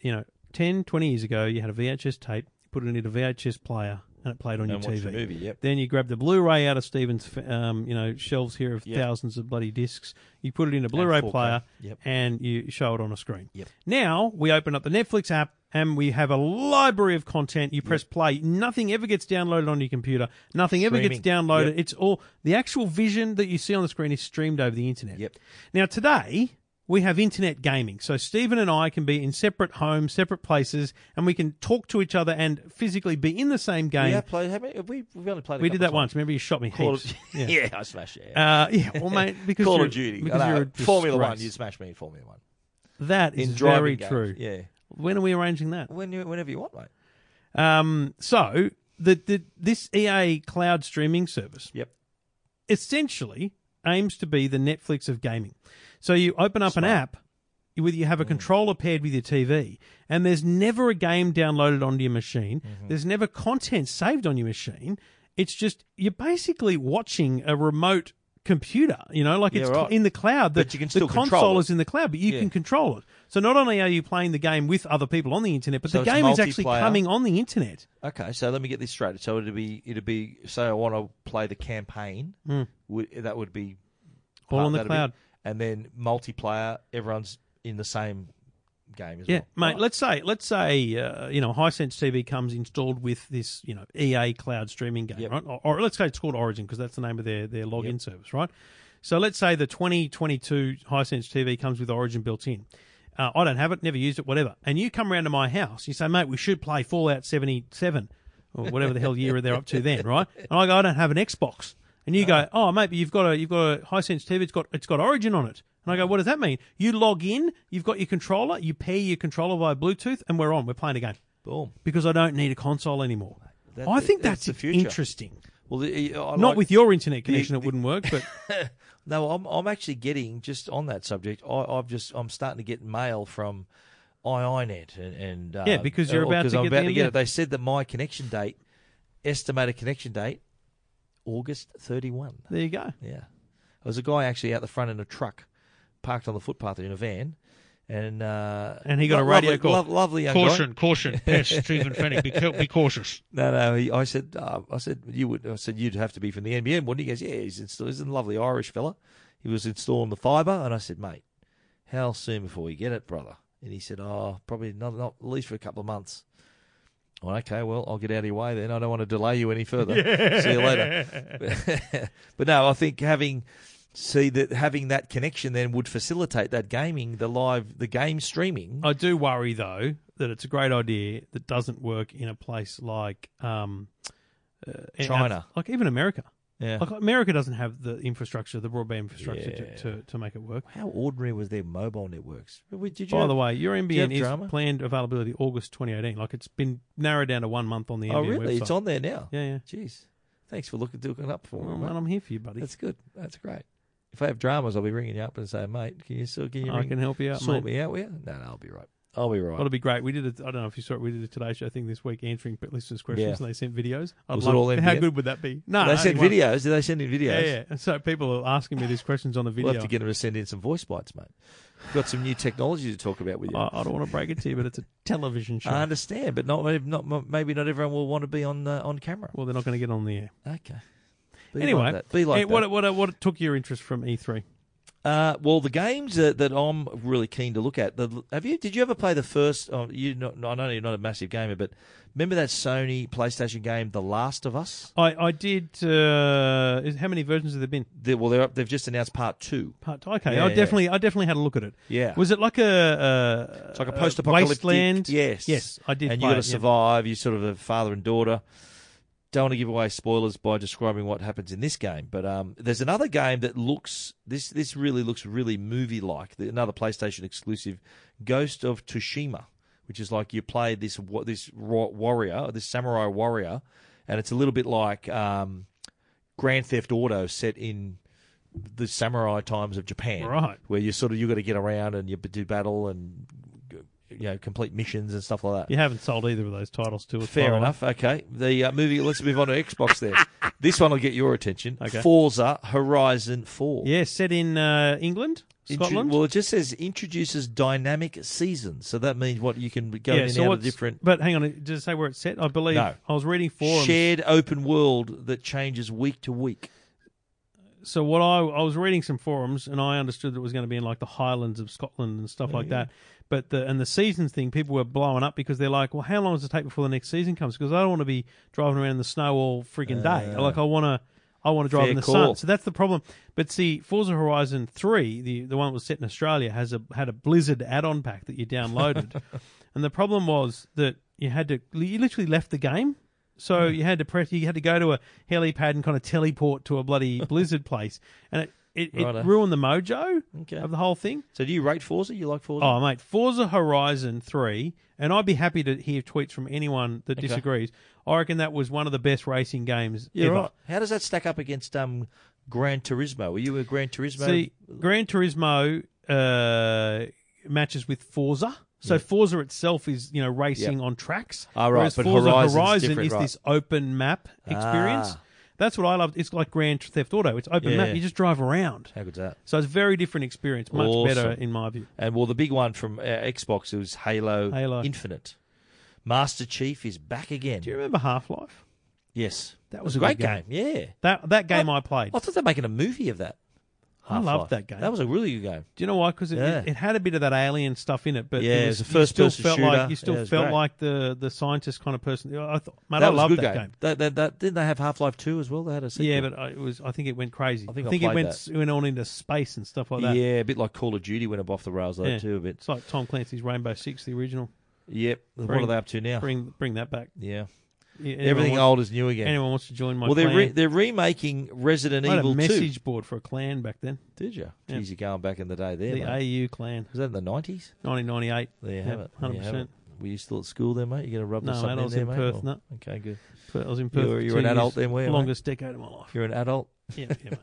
Speaker 2: you know, 10, 20 years ago, you had a VHS tape, you put it into a VHS player, and it played on
Speaker 3: And
Speaker 2: your
Speaker 3: watch
Speaker 2: TV.
Speaker 3: the movie, yep.
Speaker 2: Then you grabbed the Blu-ray out of Stephen's, um, you know, shelves here of
Speaker 3: Yep.
Speaker 2: thousands of bloody discs. You put it in a Blu-ray
Speaker 3: 4K.
Speaker 2: player,
Speaker 3: Yep.
Speaker 2: and you show it on a screen.
Speaker 3: Yep.
Speaker 2: Now we open up the Netflix app and we have a library of content. You press play. Nothing ever gets downloaded on your computer. Nothing ever gets
Speaker 3: Streaming.
Speaker 2: downloaded.
Speaker 3: Yep.
Speaker 2: It's all the actual vision that you see on the screen is streamed over the internet.
Speaker 3: Yep.
Speaker 2: Now today we have internet gaming. So Stephen and I can be in separate homes, separate places, and we can talk to each other and physically be in the same game.
Speaker 3: We have played. Have we? have we- We've only played. A
Speaker 2: We did that
Speaker 3: couple of
Speaker 2: once. Remember you shot me
Speaker 3: times.
Speaker 2: heaps.
Speaker 3: Call of,
Speaker 2: yeah.
Speaker 3: yeah. I smashed it. Yeah.
Speaker 2: Uh, yeah, well, mate, because
Speaker 3: Call
Speaker 2: you're,
Speaker 3: of Duty.
Speaker 2: Because
Speaker 3: I know.
Speaker 2: you're a
Speaker 3: Formula One.
Speaker 2: disgrace.
Speaker 3: You smashed me in Formula One.
Speaker 2: That is
Speaker 3: In driving
Speaker 2: very
Speaker 3: games.
Speaker 2: true.
Speaker 3: Yeah.
Speaker 2: When are we arranging that?
Speaker 3: When you, whenever you want, mate.
Speaker 2: Um, so the, the this EA cloud streaming service
Speaker 3: Yep.
Speaker 2: essentially aims to be the Netflix of gaming. So you open up an app with you
Speaker 3: Mm.
Speaker 2: have a controller paired with your TV, and there's never a game downloaded onto your machine.
Speaker 3: Mm-hmm.
Speaker 2: There's never content saved on your machine. It's just you're basically watching a remote computer. You know, like
Speaker 3: Yeah,
Speaker 2: it's
Speaker 3: right.
Speaker 2: in the cloud. The,
Speaker 3: But you can still
Speaker 2: the
Speaker 3: control
Speaker 2: console
Speaker 3: it.
Speaker 2: is in the cloud, but you
Speaker 3: Yeah.
Speaker 2: can control it. So not only are you playing the game with other people on the internet, but
Speaker 3: So
Speaker 2: the
Speaker 3: it's
Speaker 2: game is actually
Speaker 3: multiplayer.
Speaker 2: coming on the internet.
Speaker 3: Okay, so let me get this straight. So it'd be it'd be say I want to play the campaign. Would, that would be
Speaker 2: All
Speaker 3: part-
Speaker 2: on Hmm. the
Speaker 3: that'd be-
Speaker 2: cloud.
Speaker 3: and then multiplayer. Everyone's in the same game as
Speaker 2: Yeah,
Speaker 3: well.
Speaker 2: mate.
Speaker 3: Right.
Speaker 2: Let's say, let's say, uh, you know, Hisense TV comes installed with this, you know, EA cloud streaming game,
Speaker 3: Yep.
Speaker 2: right? Or, or let's say it's called Origin because that's the name of their their login service, right? So let's say the 2022 Hisense TV comes with Origin built in. Uh, I don't have it, never used it, whatever. And you come round to my house, you say, mate, we should play Fallout 77 or whatever the hell year they're up to then, right? And I go, I don't have an Xbox. And you go, oh mate, but you've got a you've got a Hisense TV. It's got it's got Origin on it. And I go, what does that mean? You log in, you've got your controller, you pair your controller via Bluetooth, and we're on. We're playing a game
Speaker 3: Boom.
Speaker 2: because I don't need a console anymore.
Speaker 3: That-
Speaker 2: I think that's,
Speaker 3: that's the future.
Speaker 2: interesting.
Speaker 3: Well, the- I
Speaker 2: Not
Speaker 3: like-
Speaker 2: with your internet connection, it
Speaker 3: the-
Speaker 2: wouldn't work. But
Speaker 3: No, I'm I'm actually getting just on that subject. I, I've just I'm starting to get mail from IINet and, and uh,
Speaker 2: Yeah, because you're
Speaker 3: or-
Speaker 2: about
Speaker 3: 'cause
Speaker 2: to
Speaker 3: I'm
Speaker 2: get
Speaker 3: about
Speaker 2: the
Speaker 3: to get
Speaker 2: internet.
Speaker 3: it. They said that my connection date, estimated connection date, August 31.
Speaker 2: there you go.
Speaker 3: Yeah, there was a guy actually out the front in a truck, parked on the footpath in a van, and uh,
Speaker 2: And he got a
Speaker 3: lo-
Speaker 2: radio
Speaker 3: lovely,
Speaker 2: call.
Speaker 3: lo- lovely young guy.
Speaker 4: Caution, caution, pest, Stephen Fennick, be, ca- be cautious.
Speaker 3: No, no. He, I said, uh, I said you would. I said you'd have to be from the NBN, wouldn't you? He goes, yeah. He's install- He's a lovely Irish fella. He was installing the fibre, and I said, mate, how soon before we get it, brother? And he said, oh, probably not, not at least for a couple of months. Well, okay, well, I'll get out of your way then. I don't want to delay you any further. See you later. but no, I think having see that having that connection then would facilitate that gaming, the live, the game streaming.
Speaker 2: I do worry though that it's a great idea that doesn't work in a place like um, uh,
Speaker 3: China.
Speaker 2: like even America.
Speaker 3: Yeah.
Speaker 2: Like America doesn't have the infrastructure, the broadband infrastructure to,
Speaker 3: Yeah.
Speaker 2: to, to make it work.
Speaker 3: How ordinary was their mobile networks? Did you
Speaker 2: By the way, your
Speaker 3: you have
Speaker 2: NBN is
Speaker 3: drama?
Speaker 2: planned availability August 2018. Like it's been narrowed down to one month on the NBN
Speaker 3: Oh, really?
Speaker 2: website.
Speaker 3: It's on there now.
Speaker 2: Yeah, yeah.
Speaker 3: Jeez. Thanks for looking, looking up for
Speaker 2: Well,
Speaker 3: me.
Speaker 2: man,
Speaker 3: Mate.
Speaker 2: I'm here for you, buddy.
Speaker 3: That's good. That's great. If I have dramas, I'll be ringing you up and saying, "Mate, can you still can you
Speaker 2: I
Speaker 3: ring,
Speaker 2: can help you out,
Speaker 3: sort
Speaker 2: mate.
Speaker 3: me out with you?" No, no, I'll be right. I'll be right.
Speaker 2: That'll be great. We did it. I don't know if you saw it. We did a Today Show thing this week, answering listeners' questions,
Speaker 3: Yeah.
Speaker 2: and they sent videos. I'd
Speaker 3: Was it
Speaker 2: love,
Speaker 3: all
Speaker 2: How
Speaker 3: NBN?
Speaker 2: good would that be? No,
Speaker 3: they
Speaker 2: only
Speaker 3: sent
Speaker 2: one.
Speaker 3: videos. Did they send in videos?
Speaker 2: Yeah, yeah. And So people are asking me these questions on the video.
Speaker 3: We'll have to get them to send in some voice bites, mate. We've got some new technology to talk about with you.
Speaker 2: I, I don't want to break it to you, but it's a television show.
Speaker 3: I understand, but not, not maybe not everyone will want to be on uh, on camera.
Speaker 2: well, they're not going to get on the air.
Speaker 3: Okay. Be
Speaker 2: anyway,
Speaker 3: like that. be like
Speaker 2: eh, what,
Speaker 3: that.
Speaker 2: what what took your interest from E E3?
Speaker 3: Uh, well, the games that, that I'm really keen to look at. The, have you? Did you ever play the first? Oh, you not, I know you're not a massive gamer, but remember that Sony PlayStation game, The Last of Us?
Speaker 2: I, I did. Uh, is, how many versions have there been?
Speaker 3: They, well, they're up, they've just announced part two.
Speaker 2: Part okay,
Speaker 3: Yeah,
Speaker 2: I
Speaker 3: yeah.
Speaker 2: definitely, I definitely had a look at it.
Speaker 3: Yeah.
Speaker 2: was it like a? Uh,
Speaker 3: It's like a post-apocalyptic
Speaker 2: wasteland?
Speaker 3: Yes,
Speaker 2: yes, I did.
Speaker 3: And
Speaker 2: play
Speaker 3: you got
Speaker 2: it,
Speaker 3: to
Speaker 2: yeah.
Speaker 3: survive. You sort of a father and daughter. Don't want to give away spoilers by describing what happens in this game, but um, there's another game that looks this this really looks really movie like. Another PlayStation exclusive, Ghost of Tsushima, which is like you play this wa- this wa- warrior, this samurai warrior, and it's a little bit like um, Grand Theft Auto set in the samurai times of Japan,
Speaker 2: Right.
Speaker 3: Where you sort of you got to get around and you b- do battle and you know complete missions and stuff like that.
Speaker 2: You haven't sold either of those titles to us. by
Speaker 3: Fair
Speaker 2: the way.
Speaker 3: enough. Okay, the uh, movie. Let's move on to Xbox. There, this one will get your attention.
Speaker 2: Okay.
Speaker 3: Forza Horizon Four.
Speaker 2: Yeah, set in uh, England,
Speaker 3: Intro-
Speaker 2: Scotland.
Speaker 3: well, it just says introduces dynamic seasons, so that means what you can go
Speaker 2: yeah,
Speaker 3: in
Speaker 2: so
Speaker 3: and out of
Speaker 2: what's-
Speaker 3: different
Speaker 2: But hang on, did it say where it's set? I believe
Speaker 3: No.
Speaker 2: I was reading forums.
Speaker 3: shared open world that changes week to week.
Speaker 2: so what I I was reading some forums and I understood that it was going to be in like the Highlands of Scotland and stuff like that. But the and the seasons thing, people were blowing up because they're like, well, how long does it take before the next season comes? Because I don't want to be driving around in the snow all frigging day. Like I want to. I want to drive
Speaker 3: Uh, Fair
Speaker 2: in the
Speaker 3: call.
Speaker 2: sun, so that's the problem. But see, Forza Horizon Three, the the one that was set in Australia, has a had a Blizzard add-on pack that you downloaded, and the problem was that you had to you literally left the game so you had to press, you had to go to a helipad and kind of teleport to a bloody blizzard place, and it it, it
Speaker 3: Righto.
Speaker 2: ruined the mojo
Speaker 3: Okay.
Speaker 2: of the whole thing.
Speaker 3: So, do you rate Forza? You like Forza?
Speaker 2: Oh mate, Forza Horizon Three, and I'd be happy to hear tweets from anyone that disagrees. I reckon that was one of the best racing games
Speaker 3: You're
Speaker 2: ever.
Speaker 3: right. How does that stack up against um, Gran Turismo? Were you a Gran Turismo?
Speaker 2: See, Gran Turismo uh, matches with Forza. So Forza itself is you know racing on tracks,
Speaker 3: Ah, right,
Speaker 2: whereas
Speaker 3: but
Speaker 2: Forza
Speaker 3: Horizon's
Speaker 2: Horizon
Speaker 3: different,
Speaker 2: is
Speaker 3: right.
Speaker 2: this open map experience.
Speaker 3: Ah.
Speaker 2: That's what I love. It's like Grand Theft Auto. It's open
Speaker 3: Yeah.
Speaker 2: map. You just drive around.
Speaker 3: how good's that?
Speaker 2: So it's a very different experience. Much better
Speaker 3: Awesome.
Speaker 2: in my view.
Speaker 3: And well, the big one from uh, Xbox was Halo,
Speaker 2: Halo.
Speaker 3: Infinite. Master Chief is back again.
Speaker 2: Do you remember Half Life?
Speaker 3: Yes,
Speaker 2: That was a
Speaker 3: a great
Speaker 2: good
Speaker 3: game. Yeah,
Speaker 2: That that game I played.
Speaker 3: I thought they're making a movie of that.
Speaker 2: I
Speaker 3: Half-Life.
Speaker 2: loved that game.
Speaker 3: That was a really good game.
Speaker 2: Do you know why? Because it,
Speaker 3: Yeah.
Speaker 2: it, it had a bit of that alien stuff in it, but
Speaker 3: Yeah,
Speaker 2: it
Speaker 3: it
Speaker 2: was,
Speaker 3: was a
Speaker 2: you still
Speaker 3: first-person
Speaker 2: felt
Speaker 3: shooter.
Speaker 2: like you
Speaker 3: Yeah, it
Speaker 2: still
Speaker 3: was
Speaker 2: felt
Speaker 3: great.
Speaker 2: like the the scientist kind of person. I thought, mate,
Speaker 3: That
Speaker 2: I
Speaker 3: was a
Speaker 2: loved
Speaker 3: good
Speaker 2: that
Speaker 3: game.
Speaker 2: game.
Speaker 3: That, that, that, didn't they have Half Life Two as well? They had a sequel.
Speaker 2: Yeah, but I, it was. I think it went crazy.
Speaker 3: I
Speaker 2: I
Speaker 3: think
Speaker 2: think,
Speaker 3: I
Speaker 2: it
Speaker 3: played
Speaker 2: went
Speaker 3: that.
Speaker 2: s- went on into space and stuff like that.
Speaker 3: yeah, a bit like Call of Duty went up off the rails though
Speaker 2: Yeah.
Speaker 3: too a bit.
Speaker 2: It's like Tom Clancy's Rainbow Six, the original.
Speaker 3: Yep. what
Speaker 2: Bring-
Speaker 3: are they up to now?
Speaker 2: Bring bring that back.
Speaker 3: Yeah.
Speaker 2: Yeah, anyone
Speaker 3: Everything
Speaker 2: wants,
Speaker 3: old is new again.
Speaker 2: Anyone wants to join my
Speaker 3: well, they're
Speaker 2: clan?
Speaker 3: re- they're remaking Resident
Speaker 2: I had
Speaker 3: Evil
Speaker 2: a
Speaker 3: Two.
Speaker 2: message board for a clan back then.
Speaker 3: Did you?
Speaker 2: Yeah.
Speaker 3: Geez, you're going back in the day there.
Speaker 2: the
Speaker 3: mate.
Speaker 2: AU clan,
Speaker 3: Was that in the nineties?
Speaker 2: 1998.
Speaker 3: There you
Speaker 2: Yeah,
Speaker 3: have it. There you have
Speaker 2: 100%.
Speaker 3: it. Were you still at school there, mate? You going to rub
Speaker 2: No,
Speaker 3: this
Speaker 2: mate,
Speaker 3: something
Speaker 2: I was
Speaker 3: in
Speaker 2: in
Speaker 3: there, mate?
Speaker 2: Perth,
Speaker 3: Or-
Speaker 2: no.
Speaker 3: Okay, good.
Speaker 2: But I was in Perth.
Speaker 3: You're-
Speaker 2: for
Speaker 3: you're
Speaker 2: two
Speaker 3: an
Speaker 2: years,
Speaker 3: adult then, were you, mate?
Speaker 2: Longest decade of my life.
Speaker 3: You're an adult.
Speaker 2: Yeah, yeah,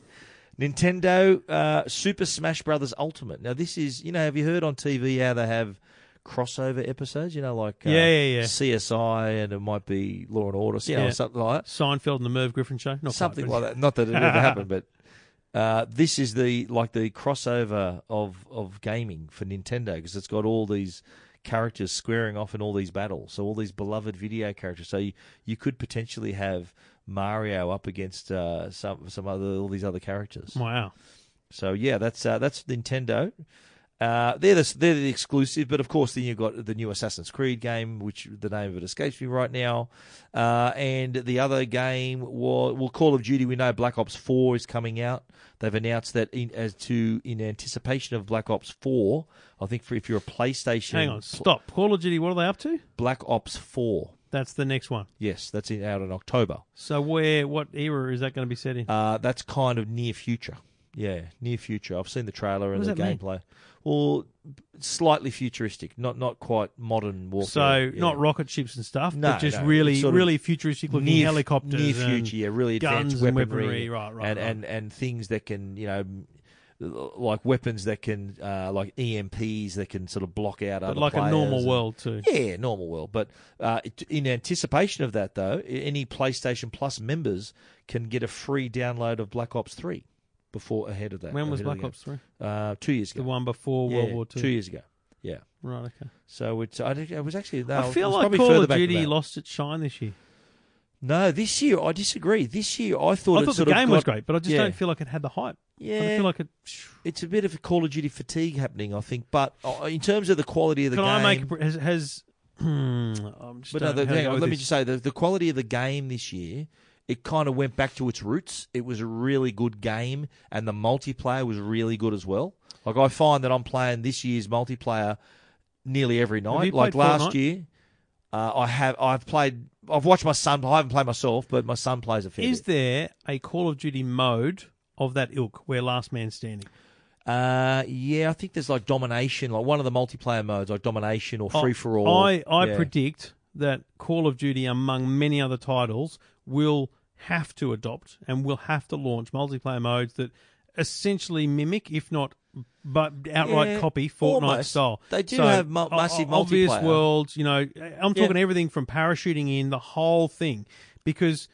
Speaker 2: mate.
Speaker 3: Nintendo uh, Super Smash Brothers Ultimate. Now, this is you know, have you heard on TV how they have crossover episodes? You know, like uh,
Speaker 2: Yeah, yeah, yeah.
Speaker 3: CSI and it might be Law and Order, you know,
Speaker 2: Yeah.
Speaker 3: something like that.
Speaker 2: Seinfeld and the Merv Griffin show. Not quite,
Speaker 3: something
Speaker 2: but-
Speaker 3: like that. Not that it ever happened, but. Uh, this is the like the crossover of, of gaming for Nintendo because it's got all these characters squaring off in all these battles. So all these beloved video characters. So you, you could potentially have Mario up against uh, some some other all these other characters.
Speaker 2: Wow.
Speaker 3: So yeah, that's uh, that's Nintendo. Uh, they're the they're the exclusive, but of course then you've got the new Assassin's Creed game, which the name of it escapes me right now. Uh, and the other game was well, Call of Duty. We know Black Ops Four is coming out. They've announced that in, as to in anticipation of Black Ops Four. I think for if you're a PlayStation,
Speaker 2: Hang on, stop. Call of Duty. What are they up to?
Speaker 3: Black Ops Four.
Speaker 2: That's the next one.
Speaker 3: Yes, that's in, out in October.
Speaker 2: So where? What era is that going to be set in?
Speaker 3: Uh, that's kind of near future. Yeah, near future. I've seen the trailer and
Speaker 2: What
Speaker 3: the
Speaker 2: does that mean?
Speaker 3: gameplay. Well, slightly futuristic, not not quite modern
Speaker 2: So
Speaker 3: warfare. Yeah.
Speaker 2: not rocket ships and stuff,
Speaker 3: No,
Speaker 2: but just
Speaker 3: no,
Speaker 2: really,
Speaker 3: it's sort of
Speaker 2: really futuristic looking
Speaker 3: near,
Speaker 2: helicopters,
Speaker 3: near
Speaker 2: and-
Speaker 3: future. Yeah, really advanced
Speaker 2: guns and
Speaker 3: weaponry,
Speaker 2: weaponry, right, right,
Speaker 3: and,
Speaker 2: right.
Speaker 3: and and things that can you know. Like weapons that can, uh, like EMPs that can sort of block out
Speaker 2: but
Speaker 3: other
Speaker 2: like a
Speaker 3: players
Speaker 2: normal
Speaker 3: and-
Speaker 2: world too.
Speaker 3: yeah, normal world. But uh, it- in anticipation of that, though, i- any PlayStation Plus members can get a free download of Black Ops Three before ahead of that.
Speaker 2: When was
Speaker 3: ahead
Speaker 2: Black
Speaker 3: of the
Speaker 2: Ops Three?
Speaker 3: game. Uh, two years ago.
Speaker 2: The one before
Speaker 3: Yeah,
Speaker 2: World War
Speaker 3: Two
Speaker 2: Two.
Speaker 3: years ago. Yeah.
Speaker 2: Right. Okay.
Speaker 3: So it's I think it was actually. No,
Speaker 2: I feel
Speaker 3: it was
Speaker 2: like
Speaker 3: probably
Speaker 2: Call
Speaker 3: further
Speaker 2: of
Speaker 3: back than
Speaker 2: Duty
Speaker 3: that.
Speaker 2: lost its shine this year.
Speaker 3: No, this year I disagree. This year I thought
Speaker 2: I
Speaker 3: it
Speaker 2: thought the
Speaker 3: sort of
Speaker 2: game was
Speaker 3: got-
Speaker 2: great, but I just
Speaker 3: yeah.
Speaker 2: don't feel like it had the hype. But I
Speaker 3: Yeah,
Speaker 2: feel like it.
Speaker 3: it's a bit of a Call of Duty fatigue happening, I think. But uh, in terms of the quality of the
Speaker 2: Can
Speaker 3: game,
Speaker 2: I make a pr- has has? Hmm, I'm just
Speaker 3: But no,
Speaker 2: don't
Speaker 3: the,
Speaker 2: know how to
Speaker 3: hang
Speaker 2: go
Speaker 3: on,
Speaker 2: with
Speaker 3: let me
Speaker 2: this.
Speaker 3: just say the, the quality of the game this year, it kind of went back to its roots. It was a really good game, and the multiplayer was really good as well. Like I find that I'm playing this year's multiplayer nearly every
Speaker 2: you
Speaker 3: night. Like
Speaker 2: played
Speaker 3: last
Speaker 2: Fortnite?
Speaker 3: year, uh, I have I've played. I've watched my son. I haven't played myself, but my son plays a fair
Speaker 2: Is
Speaker 3: bit.
Speaker 2: there a Call of Duty mode of that ilk where Last Man Standing?
Speaker 3: Uh, yeah, I think there's like domination, like one of the multiplayer modes, like domination or free for all.
Speaker 2: Oh, I I
Speaker 3: yeah.
Speaker 2: predict that Call of Duty, among many other titles, will have to adopt and will have to launch multiplayer modes that essentially mimic, if not but outright
Speaker 3: Yeah,
Speaker 2: copy Fortnite
Speaker 3: almost.
Speaker 2: style.
Speaker 3: They do have mu-
Speaker 2: o-
Speaker 3: massive
Speaker 2: o- obvious
Speaker 3: multiplayer.
Speaker 2: worlds. You know, I'm talking everything from parachuting in the whole thing because.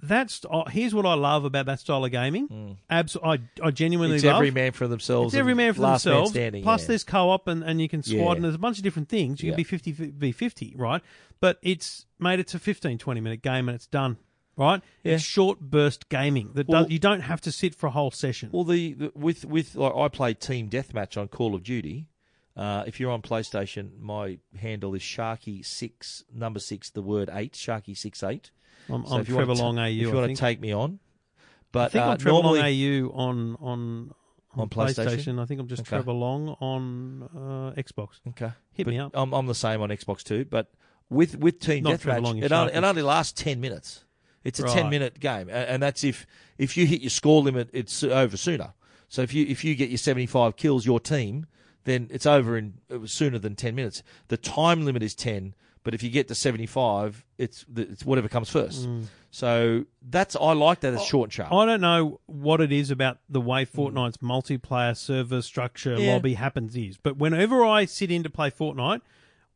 Speaker 2: That's oh, here's what I love about that style of gaming. Abs- I, I genuinely
Speaker 3: Mm. It's
Speaker 2: love
Speaker 3: every man for themselves.
Speaker 2: it's every
Speaker 3: and
Speaker 2: man for
Speaker 3: last
Speaker 2: themselves.
Speaker 3: Man standing,
Speaker 2: plus,
Speaker 3: yeah.
Speaker 2: there's co-op and, and you can squad
Speaker 3: Yeah.
Speaker 2: and there's a bunch of different things. You
Speaker 3: Yeah.
Speaker 2: can be 50 v 50, right? But it's made it's a 15, 20 minute game and it's done, right?
Speaker 3: Yeah.
Speaker 2: It's short burst gaming that
Speaker 3: Well-
Speaker 2: does, you don't have to sit for a whole session.
Speaker 3: Well, the, the with with like I play team deathmatch on Call of Duty. Uh, if you're on PlayStation, my handle is Sharky Six, number six, the word eight, Sharky Six Eight.
Speaker 2: I'm,
Speaker 3: So
Speaker 2: I'm
Speaker 3: if you wanna
Speaker 2: Trevor
Speaker 3: ta-
Speaker 2: Long AU.
Speaker 3: if you
Speaker 2: I
Speaker 3: want
Speaker 2: think,
Speaker 3: to take me on,
Speaker 2: I
Speaker 3: but
Speaker 2: think
Speaker 3: uh,
Speaker 2: I'm Trevor
Speaker 3: normally
Speaker 2: Long AU on on on,
Speaker 3: On PlayStation?
Speaker 2: I think I'm just
Speaker 3: Okay.
Speaker 2: Trevor Long on uh, Xbox.
Speaker 3: okay,
Speaker 2: Hit
Speaker 3: but
Speaker 2: me up.
Speaker 3: I'm, I'm the same on Xbox too, but with with team
Speaker 2: Not Trevor
Speaker 3: deathmatch,
Speaker 2: Long, you're
Speaker 3: it, only,
Speaker 2: Sharky.
Speaker 3: it only lasts ten minutes. It's a
Speaker 2: Right.
Speaker 3: ten minute game, a- and that's if if you hit your score limit, it's over sooner. So if you if you get your seventy five kills, your team, then it's over in it was sooner than ten minutes. The time limit is ten, but if you get to seventy five, it's the- it's whatever comes first. So that's I like that it's short and sharp.
Speaker 2: Mm. Oh, I don't know what it is about the way Fortnite's multiplayer server structure
Speaker 3: Hmm. Yeah.
Speaker 2: lobby happens is, but whenever I sit in to play Fortnite,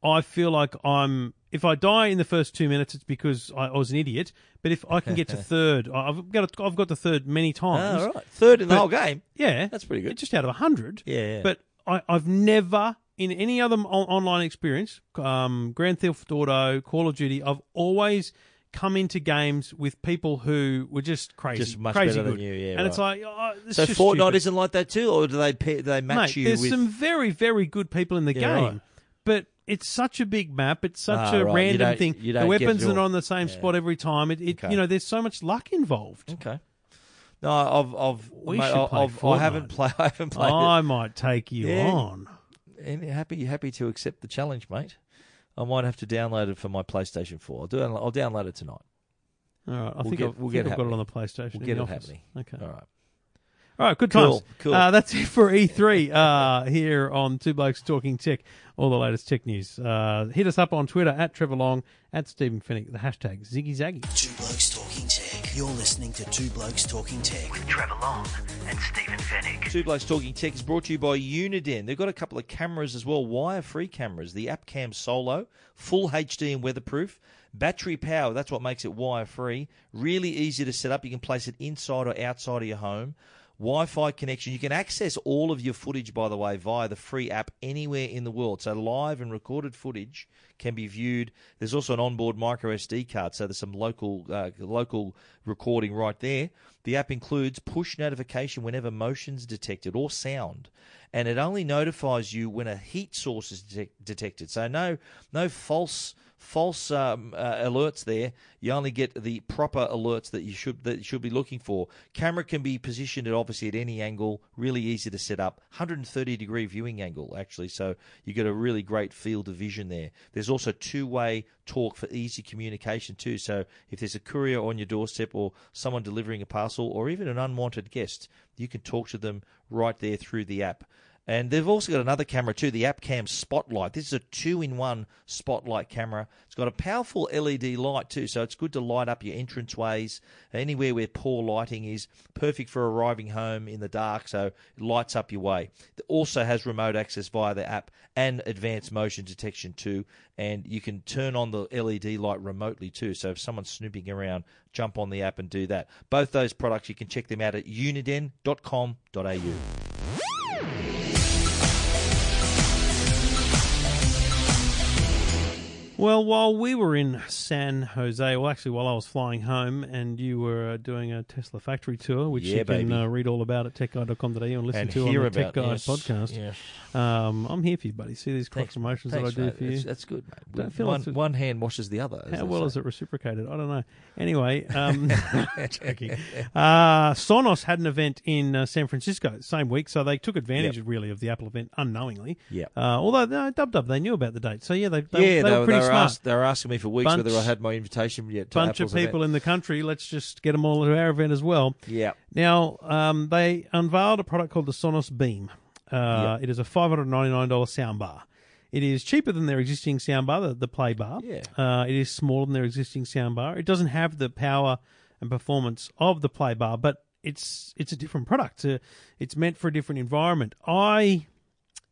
Speaker 2: I feel like I'm. If I die in the first two minutes, it's because I, I was an idiot. But if I can get to third, I- I've got to, I've got to third many times.
Speaker 3: Ah, all right. third in the
Speaker 2: But-
Speaker 3: whole game.
Speaker 2: Yeah,
Speaker 3: That's pretty good.
Speaker 2: Just out of hundred.
Speaker 3: Yeah, yeah.
Speaker 2: But I, I've never in any other on- online experience, um, Grand Theft Auto, Call of Duty, I've always come into games with people who were just crazy,
Speaker 3: Just much
Speaker 2: crazy
Speaker 3: better than
Speaker 2: good.
Speaker 3: you, yeah,
Speaker 2: and it's like, oh, this
Speaker 3: So
Speaker 2: is just
Speaker 3: Fortnite
Speaker 2: stupid.
Speaker 3: isn't like that too, or do they pair, do they match
Speaker 2: Mate,
Speaker 3: you
Speaker 2: there's
Speaker 3: with?
Speaker 2: some very, very good people in the
Speaker 3: Yeah,
Speaker 2: game,
Speaker 3: right.
Speaker 2: but it's such a big map. It's such
Speaker 3: Ah,
Speaker 2: a
Speaker 3: right. You
Speaker 2: random
Speaker 3: don't-
Speaker 2: thing.
Speaker 3: you
Speaker 2: the
Speaker 3: don't get
Speaker 2: weapons
Speaker 3: it
Speaker 2: are not
Speaker 3: all.
Speaker 2: on the same spot every time. It, it
Speaker 3: Okay.
Speaker 2: you know, there's so much luck involved.
Speaker 3: Okay. No, I've, I've,
Speaker 2: We
Speaker 3: mate,
Speaker 2: should
Speaker 3: I've,
Speaker 2: play
Speaker 3: I've- I haven't
Speaker 2: Fortnite. Oh.
Speaker 3: played. I haven't played.
Speaker 2: I might take you
Speaker 3: Yeah.
Speaker 2: on.
Speaker 3: it. And happy, happy to accept the challenge, mate. I might have to download it for my PlayStation Four. I'll do. I'll download it tonight.
Speaker 2: All right, I
Speaker 3: We'll
Speaker 2: think,
Speaker 3: get-
Speaker 2: I've, think
Speaker 3: we'll get
Speaker 2: I've got it
Speaker 3: happening.
Speaker 2: on the PlayStation.
Speaker 3: We'll
Speaker 2: in
Speaker 3: get
Speaker 2: the
Speaker 3: it
Speaker 2: office.
Speaker 3: happening.
Speaker 2: Okay.
Speaker 3: All right.
Speaker 2: All right, good
Speaker 3: Cool,
Speaker 2: times.
Speaker 3: cool.
Speaker 2: Uh, that's it for E3 uh, here on Two Blokes Talking Tech, all the latest tech news. Uh, hit us up on Twitter at Trevor Long, at Stephen Finnick, the hashtag Ziggy Zaggy.
Speaker 1: Two Blokes Talking Tech. You're listening to Two Blokes Talking Tech. With Trevor Long and Stephen Fennick.
Speaker 3: Two Blokes Talking Tech is brought to you by Uniden. They've got a couple of cameras as well, wire-free cameras. The AppCam Solo, full HD and weatherproof. Battery power, that's what makes it wire-free. Really easy to set up. You can place it inside or outside of your home. Wi-Fi connection. You can access all of your footage, by the way, via the free app anywhere in the world. So live and recorded footage can be viewed. There's also an onboard micro SD card, so there's some local uh, local recording right there. The app includes push notification whenever motion's detected or sound, and it only notifies you when a heat source is detec- detected. So no no false false um, uh, alerts there. You only get the proper alerts that you should that you should be looking for. Camera can be positioned at obviously at any angle. Really easy to set up. 130 degree viewing angle actually, so you get a really great field of vision there. There's also two way talk for easy communication too. So if there's a courier on your doorstep or someone delivering a parcel or even an unwanted guest, you can talk to them right there through the app. And they've also got another camera too, the AppCam Spotlight. This is a two-in-one spotlight camera. It's got a powerful LED light too, so it's good to light up your entranceways, anywhere where poor lighting is. Perfect for arriving home in the dark, so it lights up your way. It also has remote access via the app and advanced motion detection too, and you can turn on the LED light remotely too. So if someone's snooping around, jump on the app and do that. Both those products, you can check them out at uniden.com.au.
Speaker 2: Well, while we were in San Jose, well, actually, while I was flying home and you were uh, doing a Tesla factory tour, which
Speaker 3: Yeah,
Speaker 2: you can
Speaker 3: baby.
Speaker 2: uh, read all about at techguide.com.au and listen
Speaker 3: and
Speaker 2: to
Speaker 3: hear
Speaker 2: on the Tech
Speaker 3: about
Speaker 2: Guide
Speaker 3: yes,
Speaker 2: podcast.
Speaker 3: Yeah.
Speaker 2: Um, I'm here for you, buddy. See these cross
Speaker 3: Thanks,
Speaker 2: promotions
Speaker 3: Thanks,
Speaker 2: that I do
Speaker 3: mate.
Speaker 2: for
Speaker 3: That's-
Speaker 2: you.
Speaker 3: That's good, mate.
Speaker 2: Don't feel
Speaker 3: one,
Speaker 2: it's a-
Speaker 3: one hand washes the other.
Speaker 2: How well is it reciprocated? I don't know. Anyway, um, joking.
Speaker 3: it?
Speaker 2: Uh, Sonos had an event in uh, San Francisco same week, so they took advantage really of the Apple event unknowingly.
Speaker 3: yeah.
Speaker 2: Uh, although no, Dub Dub, they knew about the date, so yeah, they, they,
Speaker 3: yeah,
Speaker 2: they, were pretty smart.
Speaker 3: asked- they were asking me for weeks
Speaker 2: Bunch-
Speaker 3: whether I had my invitation yet. To
Speaker 2: Bunch
Speaker 3: Apple's
Speaker 2: of people
Speaker 3: Event.
Speaker 2: in the country. Let's just get them all to our event as well.
Speaker 3: Yeah,
Speaker 2: Now, um, they unveiled a product called the Sonos Beam. Uh, It is a $599 soundbar. It is cheaper than their existing soundbar, the, the Play Bar.
Speaker 3: Yeah.
Speaker 2: Uh, it is smaller than their existing soundbar. It doesn't have the power and performance of the Play Bar, but it's it's a different product. Uh, it's meant for a different environment. I,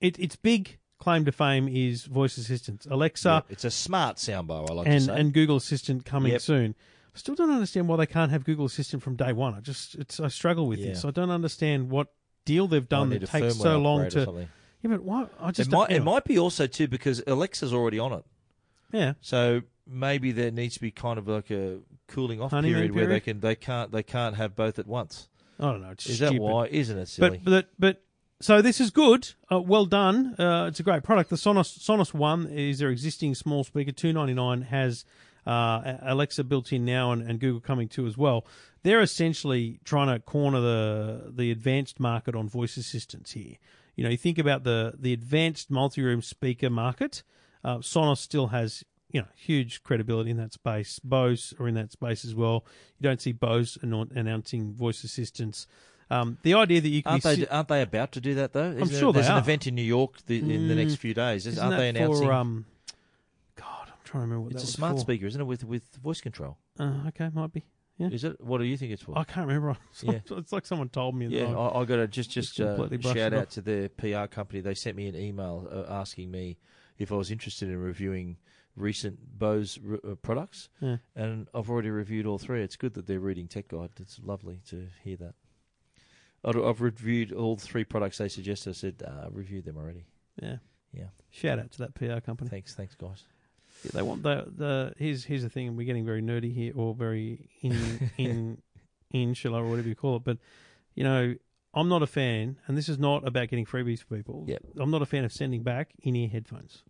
Speaker 2: it, its big claim to fame is voice assistants, Alexa
Speaker 3: Yeah. it's a smart soundbar. I like to
Speaker 2: and
Speaker 3: say.
Speaker 2: and Google Assistant coming
Speaker 3: Yep.
Speaker 2: soon. I still don't understand why they can't have Google Assistant from day one. I just it's I struggle with
Speaker 3: Yeah.
Speaker 2: this. I don't understand what deal they've
Speaker 3: I
Speaker 2: done
Speaker 3: need
Speaker 2: that
Speaker 3: a
Speaker 2: takes
Speaker 3: firmware
Speaker 2: so long
Speaker 3: upgrade or
Speaker 2: to.
Speaker 3: something.
Speaker 2: Yeah, but why? I just
Speaker 3: It
Speaker 2: don't-
Speaker 3: might,
Speaker 2: hang
Speaker 3: it
Speaker 2: on.
Speaker 3: might be also too because Alexa's already on it,
Speaker 2: Yeah,
Speaker 3: so maybe there needs to be kind of like a cooling off
Speaker 2: Honeymoon
Speaker 3: period, where they
Speaker 2: period?
Speaker 3: can they can't they can't have both at once.
Speaker 2: I don't know. It's
Speaker 3: Is
Speaker 2: stupid.
Speaker 3: that why? Isn't it silly?
Speaker 2: But but but so this is good. Uh, well done. Uh, it's a great product. The Sonos Sonos One is their existing small speaker. Two ninety nine has uh, A- Alexa built in now and, and Google coming too as well. They're essentially trying to corner the the advanced market on voice assistants here. You know, you think about the the advanced multi room speaker market. Uh, Sonos still has you know huge credibility in that space. Bose are in that space as well. You don't see Bose annou- announcing voice assistants. Um, the idea that you can
Speaker 3: aren't
Speaker 2: be
Speaker 3: they
Speaker 2: sit-
Speaker 3: aren't they about to do that though? Isn't there-
Speaker 2: sure they
Speaker 3: there's
Speaker 2: are. Mm.
Speaker 3: an event in New York the, in the next few days. Isn't,
Speaker 2: Isn't
Speaker 3: aren't they
Speaker 2: that
Speaker 3: announcing?
Speaker 2: For, um, God, I'm trying to remember what
Speaker 3: it's
Speaker 2: that
Speaker 3: a
Speaker 2: was
Speaker 3: smart
Speaker 2: for.
Speaker 3: speaker, isn't it? With with voice control,
Speaker 2: Uh, okay, might be. Yeah.
Speaker 3: is it? What do you think it's for?
Speaker 2: I can't remember. It's,
Speaker 3: Yeah.
Speaker 2: like, it's like someone told me.
Speaker 3: Yeah,
Speaker 2: Yeah.
Speaker 3: I, I got to just just uh,
Speaker 2: completely brushed
Speaker 3: shout
Speaker 2: it
Speaker 3: out
Speaker 2: off.
Speaker 3: to their PR company. They sent me an email uh, asking me if I was interested in reviewing recent Bose r- uh, products,
Speaker 2: Yeah.
Speaker 3: and I've already reviewed all three. It's good that they're reading Tech Guide. It's lovely to hear that. I'd- I've reviewed all three products they suggested. I said uh, I reviewed them already.
Speaker 2: yeah.
Speaker 3: Yeah.
Speaker 2: Shout out to that PR company.
Speaker 3: Thanks, thanks, guys.
Speaker 2: Yeah, they want the the here's here's the thing. We're getting very nerdy here, or very in in insular, or whatever you call it. But you know, I'm not a fan, and this is not about getting freebies for people.
Speaker 3: Yep.
Speaker 2: I'm not a fan of sending back in ear headphones.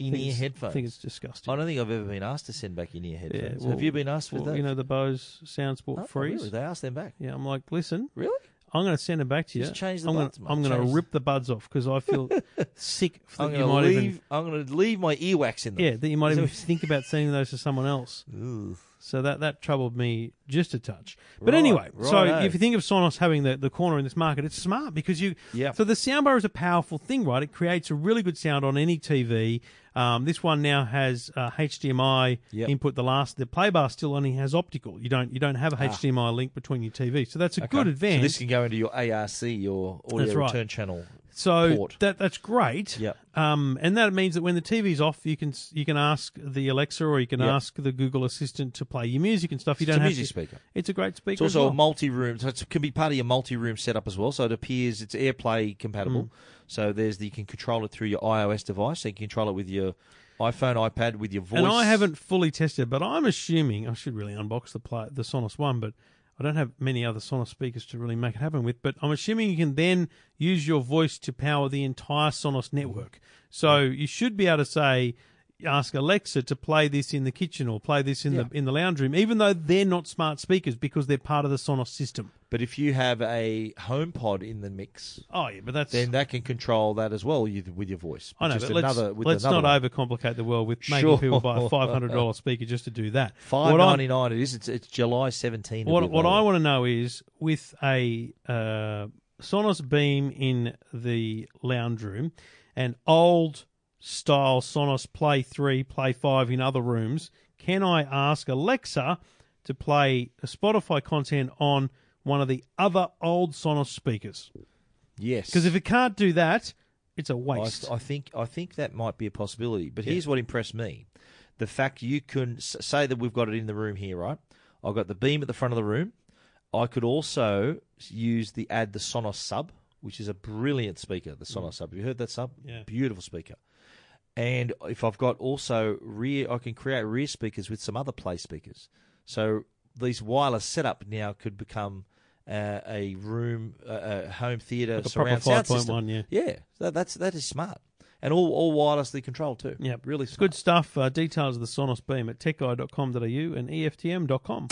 Speaker 2: I
Speaker 3: In
Speaker 2: think
Speaker 3: ear
Speaker 2: it's-
Speaker 3: headphones.
Speaker 2: I think it's disgusting.
Speaker 3: I don't think I've ever been asked to send back in ear headphones.
Speaker 2: well-
Speaker 3: Have you been asked with
Speaker 2: Well,
Speaker 3: that?
Speaker 2: you know the Bose Sound Sport
Speaker 3: Oh,
Speaker 2: Freeze.
Speaker 3: really? They asked them back.
Speaker 2: Yeah, I'm like, listen,
Speaker 3: Really?
Speaker 2: I'm going to send it back to you.
Speaker 3: Just change the
Speaker 2: I'm
Speaker 3: buds, mate.
Speaker 2: Gonna, I'm going
Speaker 3: Change-
Speaker 2: to rip the buds off because I feel sick that
Speaker 3: I'm
Speaker 2: you
Speaker 3: going to
Speaker 2: might
Speaker 3: leave.
Speaker 2: even
Speaker 3: I'm going to leave my earwax in them.
Speaker 2: yeah that you might
Speaker 3: Is
Speaker 2: even
Speaker 3: that
Speaker 2: think about sending those to someone else.
Speaker 3: Ooh.
Speaker 2: So that that troubled me just a touch. But
Speaker 3: Right,
Speaker 2: anyway, so
Speaker 3: righto.
Speaker 2: if you think of Sonos having the, the corner in this market, it's smart because you.
Speaker 3: Yeah.
Speaker 2: So the soundbar is a powerful thing, right? It creates a really good sound on any TV. Um, this one now has uh, HDMI
Speaker 3: Yep.
Speaker 2: input. The last the playbar still only has optical. You don't you don't have a HDMI link between your TV, so that's a good
Speaker 3: Ah. Okay.
Speaker 2: advance.
Speaker 3: So this can go into your ARC, your audio
Speaker 2: That's right.
Speaker 3: return channel.
Speaker 2: So
Speaker 3: port.
Speaker 2: that that's great.
Speaker 3: Yep.
Speaker 2: Um, and that means that when the TV's off, you can s- you can ask the Alexa or you can
Speaker 3: Yep.
Speaker 2: ask the Google Assistant to play your music and stuff. You
Speaker 3: It's
Speaker 2: don't
Speaker 3: a
Speaker 2: have
Speaker 3: music
Speaker 2: to-
Speaker 3: speaker.
Speaker 2: It's a great speaker.
Speaker 3: It's also
Speaker 2: as
Speaker 3: a
Speaker 2: well.
Speaker 3: multi-room, so it can be part of your multi-room setup as well. So it appears it's AirPlay
Speaker 2: Mm.
Speaker 3: compatible. So there's the, you can control it through your iOS device. So you can control it with your iPhone, iPad, with your voice.
Speaker 2: and I haven't fully tested, but I'm assuming I should really unbox the play, the Sonos One, but I don't have many other Sonos speakers to really make it happen with. But I'm assuming you can then use your voice to power the entire Sonos network. So you should be able to say, ask Alexa to play this in the kitchen or play this in the in the lounge room, even though they're not smart speakers because they're part of the Sonos system.
Speaker 3: But if you have a HomePod in the mix,
Speaker 2: Oh yeah, but that's
Speaker 3: then that can control that as well you, with your voice.
Speaker 2: I know,
Speaker 3: Just
Speaker 2: but let's,
Speaker 3: another- with
Speaker 2: let's
Speaker 3: another
Speaker 2: not
Speaker 3: one.
Speaker 2: overcomplicate the world with making
Speaker 3: Sure.
Speaker 2: people buy a five hundred dollar speaker just to do that.
Speaker 3: Five
Speaker 2: What I'm-
Speaker 3: ninety nine. It is. It's, it's July seventeenth.
Speaker 2: What what I want to know is with a uh, Sonos Beam in the lounge room, an old style Sonos Play Three, Play Five in other rooms, can I ask Alexa to play Spotify content on one of the other old Sonos speakers?
Speaker 3: Yes,
Speaker 2: Because if it can't do that, it's a
Speaker 3: I,
Speaker 2: waste.
Speaker 3: I think I think that might be a possibility. But here's what impressed me: the fact you can s- say that we've got it in the room here, right? I've got the beam at the front of the room. I could also use the add the Sonos sub, which is a brilliant speaker. The Sonos sub. Have you heard that sub?
Speaker 2: Mm. Yeah.
Speaker 3: Beautiful speaker. And if I've got also rear, I can create rear speakers with some other play speakers. So these wireless setup now could become uh, a room, uh, a home theater
Speaker 2: Like a proper
Speaker 3: surround sound system.
Speaker 2: 5.1, yeah.
Speaker 3: yeah. That, that's that is smart, and all all wirelessly controlled too.
Speaker 2: Yep.
Speaker 3: really
Speaker 2: It's
Speaker 3: smart.
Speaker 2: good stuff. Uh, details of the Sonos Beam at techguide.com.au and E EFTM.com.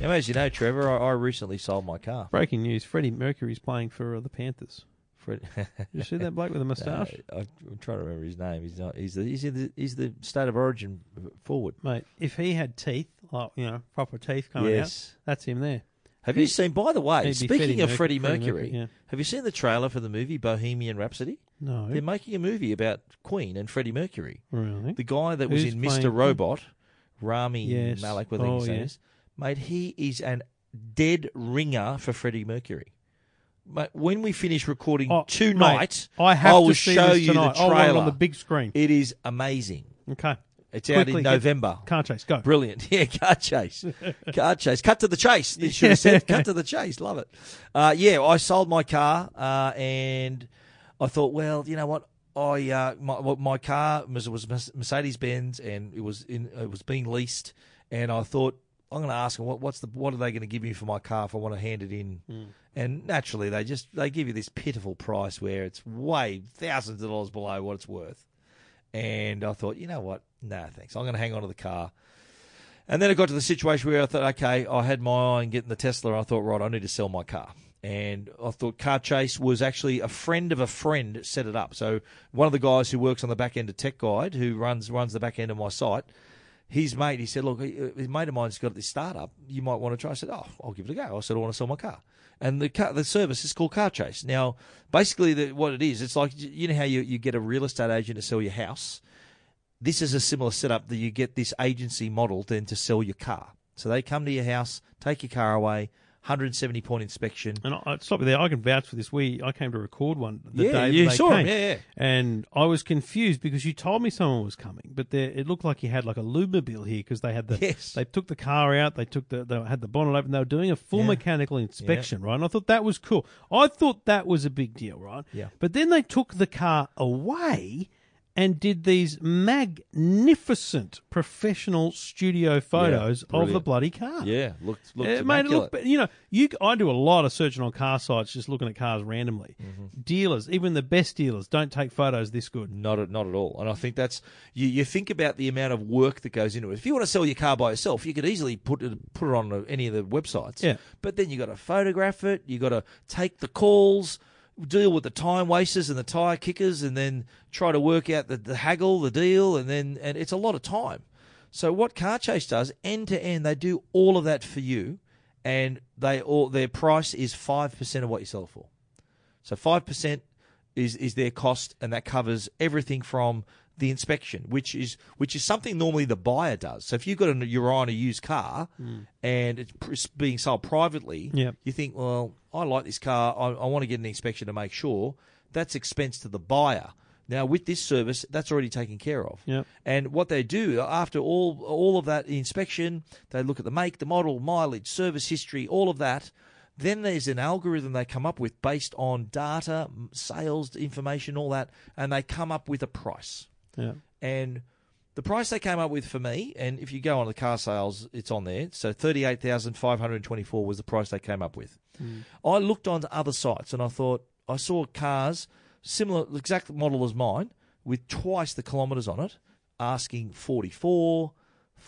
Speaker 3: Now, as you know, Trevor, I, I recently sold my car.
Speaker 2: Breaking news Freddie Mercury's playing for uh, the Panthers.
Speaker 3: Fred-
Speaker 2: You see that bloke with a moustache?
Speaker 3: I, I'm trying to remember his name. He's not. He's the he's, in the, he's the state of origin forward.
Speaker 2: Mate, if he had teeth, like, you know, proper teeth coming
Speaker 3: Yes.
Speaker 2: out, that's him there.
Speaker 3: Have
Speaker 2: He-
Speaker 3: you seen? By the way,
Speaker 2: he'd be
Speaker 3: speaking
Speaker 2: Freddie
Speaker 3: of
Speaker 2: Merc-
Speaker 3: Freddie
Speaker 2: Freddie
Speaker 3: Mercury,
Speaker 2: Mercury, yeah.
Speaker 3: have you seen the trailer for the movie Bohemian Rhapsody?
Speaker 2: No.
Speaker 3: They're making a movie about Queen and Freddie Mercury.
Speaker 2: Really?
Speaker 3: The guy that was
Speaker 2: Who's
Speaker 3: in
Speaker 2: playing
Speaker 3: Mr.
Speaker 2: him?
Speaker 3: Robot, Rami
Speaker 2: Yes.
Speaker 3: Malek, I think
Speaker 2: Oh,
Speaker 3: his name
Speaker 2: yeah.
Speaker 3: is. Mate, he is an dead ringer for Freddie Mercury. Mate, when we finish recording
Speaker 2: Oh, mate,
Speaker 3: tonight,
Speaker 2: I have
Speaker 3: will
Speaker 2: to see
Speaker 3: show
Speaker 2: this
Speaker 3: you
Speaker 2: tonight.
Speaker 3: the
Speaker 2: I
Speaker 3: trailer.
Speaker 2: want it on the big screen.
Speaker 3: It is amazing.
Speaker 2: Okay.
Speaker 3: It's out
Speaker 2: Quickly,
Speaker 3: in
Speaker 2: get-
Speaker 3: November.
Speaker 2: Car chase, go.
Speaker 3: Brilliant. Yeah, car chase. car chase. Cut to the chase. They should have said cut to the chase. Love it. Uh, yeah, I sold my car uh, and I thought, well, you know what? I uh, my well, my car was, was Mercedes Benz and it was in it was being leased and I thought I'm going to ask them what what's the what are they going to give me for my car if I want to hand it in and naturally they just they give you this pitiful price where it's way thousands of dollars below what it's worth and I thought you know what no thanks I'm going to hang on to the car and then it got to the situation where I thought, okay, I had my eye on getting the Tesla. I thought, right, I need to sell my car. And I thought Car Chase was actually a friend of a friend set it up. So one of the guys who works on the back end of Tech Guide, who runs runs the back end of my site, his mate, he said, look, his mate of mine's got this startup. You might want to try. I said, oh, I'll give it a go. I said, I want to sell my car. And the car, the service is called Car Chase. Now, basically, the, what it is, it's like you know how you, you get a real estate agent to sell your house this is a similar setup that you get this agency model then to sell your car. So they come to your house, take your car away, 170 point inspection.
Speaker 2: And I, I'd stop you there. I can vouch for this. We I came to record one the
Speaker 3: Yeah,
Speaker 2: day
Speaker 3: you
Speaker 2: that they
Speaker 3: saw
Speaker 2: came.
Speaker 3: 'em. Yeah, yeah.
Speaker 2: And I was confused because you told me someone was coming, but there, it looked like you had like a Lumobile here because they had the
Speaker 3: Yes.
Speaker 2: they took the car out, they took the they had the bonnet open, they were doing a full
Speaker 3: Yeah.
Speaker 2: mechanical inspection, right? And I thought that was cool. I thought that was a big deal, right?
Speaker 3: Yeah.
Speaker 2: But then they took the car away. And did these magnificent professional studio photos of the
Speaker 3: brilliant.
Speaker 2: bloody car?
Speaker 3: Yeah, looked looked
Speaker 2: it made it look,
Speaker 3: immaculate.
Speaker 2: but you know, you I do a lot of searching on car sites, just looking at cars randomly.
Speaker 3: Mm-hmm.
Speaker 2: Dealers, even the best dealers, don't take photos this good.
Speaker 3: Not at, not at all. And I think that's you, you think about the amount of work that goes into it. If you want to sell your car by yourself, you could easily put it put it on any of the websites.
Speaker 2: Yeah.
Speaker 3: But then you got to photograph it. You got to take the calls, deal with the time wasters and the tire kickers, and then try to work out the, the haggle, the deal, and then and it's a lot of time. So what Car Chase does end to end, they do all of that for you, and they all their price is five percent of what you sell it for. So five percent is is their cost, and that covers everything from the inspection, which is which is something normally the buyer does. So if you've got an, you're on a used car and it's pr- it's being sold privately,
Speaker 2: Yep.
Speaker 3: you think, well, I like this car, I, I want to get an inspection to make sure. That's expense to the buyer. Now with this service, that's already taken care of.
Speaker 2: Yep.
Speaker 3: And what they do after all all of that inspection, they look at the make, the model, mileage, service history, all of that. Then there's an algorithm they come up with based on data, m- sales information, all that, and they come up with a price.
Speaker 2: Yeah.
Speaker 3: And the price they came up with for me, and if you go on the car sales, it's on there. So thirty-eight thousand five hundred twenty-four was the price they came up with. I looked onto other sites and I thought I saw cars similar, exact model as mine, with twice the kilometres on it, asking 44,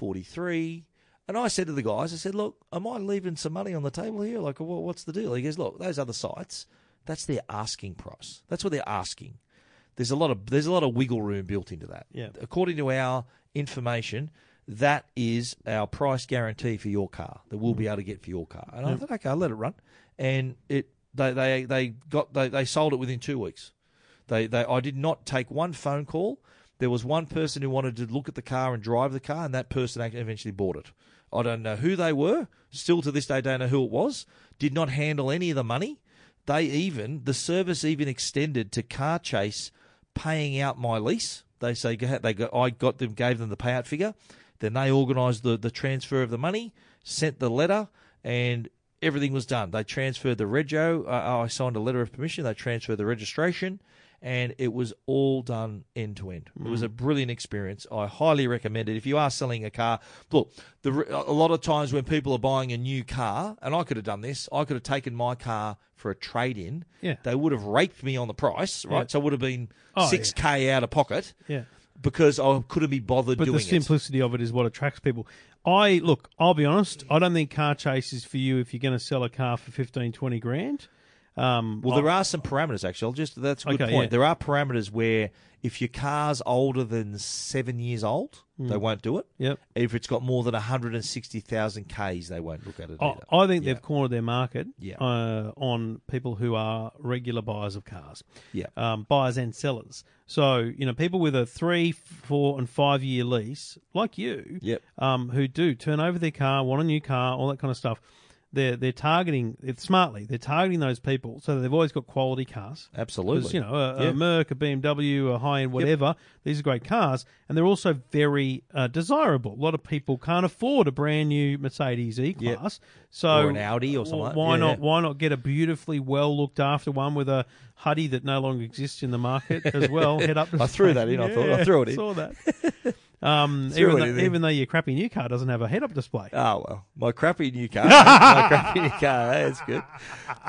Speaker 3: 43. And I said to the guys, I said, look, am I leaving some money on the table here? Like, wha- what's the deal? He goes, look, those other sites, that's their asking price. That's what they're asking. There's a lot of there's a lot of wiggle room built into that.
Speaker 2: Yeah.
Speaker 3: According to our information, that is our price guarantee for your car that we'll be able to get for your car. And I thought, okay, I'll let it run. And it they they, they got they, they sold it within two weeks. They, they, I did not take one phone call. There was one person who wanted to look at the car and drive the car, and that person act- eventually bought it. I don't know who they were. Still to this day, don't know who it was. Did not handle any of the money. They even the service even extended to Car Chase paying out my lease. They say go ahead- they got I got them gave them the payout figure. Then they organised the the transfer of the money, sent the letter, and everything was done. They transferred the rego. Uh, I signed a letter of permission. They transferred the registration, and it was all done end to end. It
Speaker 2: Mm.
Speaker 3: was a brilliant experience. I highly recommend it. If you are selling a car, look, the, re- a lot of times when people are buying a new car, and I could have done this, I could have taken my car for a trade in.
Speaker 2: Yeah.
Speaker 3: They would have raked me on the price, right?
Speaker 2: Yeah.
Speaker 3: So it would have been
Speaker 2: Oh,
Speaker 3: 6K out of pocket
Speaker 2: Yeah.
Speaker 3: because I couldn't be bothered
Speaker 2: But
Speaker 3: doing
Speaker 2: the
Speaker 3: it.
Speaker 2: simplicity of it is what attracts people. I look, I'll be honest, I don't think car chase is for you if you're going to sell a car for 15, 20 grand. Um,
Speaker 3: Well, there are some parameters actually. I'll just that's a good
Speaker 2: Okay,
Speaker 3: point.
Speaker 2: yeah.
Speaker 3: There are parameters where if your car's older than seven years old,
Speaker 2: Hmm.
Speaker 3: they won't do it.
Speaker 2: Yep.
Speaker 3: If it's got more than one hundred and sixty thousand k's, they won't look at it.
Speaker 2: I,
Speaker 3: either.
Speaker 2: I think
Speaker 3: Yeah.
Speaker 2: they've cornered their market
Speaker 3: Yeah.
Speaker 2: uh, on people who are regular buyers of cars,
Speaker 3: Yeah.
Speaker 2: um, buyers and sellers. So you know, people with a three, four, and five year lease, like you,
Speaker 3: Yep.
Speaker 2: um, who do turn over their car, want a new car, all that kind of stuff. They're they're targeting it smartly. They're targeting those people, so they've always got quality cars.
Speaker 3: Absolutely.
Speaker 2: Because, you know, a,
Speaker 3: Yeah.
Speaker 2: a Merc, a BMW, a high end, whatever. These are great cars, and they're also very uh, desirable. A lot of people can't afford a brand new Mercedes E class, so
Speaker 3: Or an Audi or something like-
Speaker 2: Why
Speaker 3: yeah,
Speaker 2: not?
Speaker 3: yeah.
Speaker 2: Why not get a beautifully well looked after one with a Huddy that no longer exists in the market as well? Head up. to
Speaker 3: I threw that in, I thought. I threw it in.
Speaker 2: Saw that. Um,
Speaker 3: Threw
Speaker 2: even,
Speaker 3: it
Speaker 2: though,
Speaker 3: in.
Speaker 2: even though your crappy new car doesn't have a head up display,
Speaker 3: Oh well, my crappy new car, my crappy new car. That's good.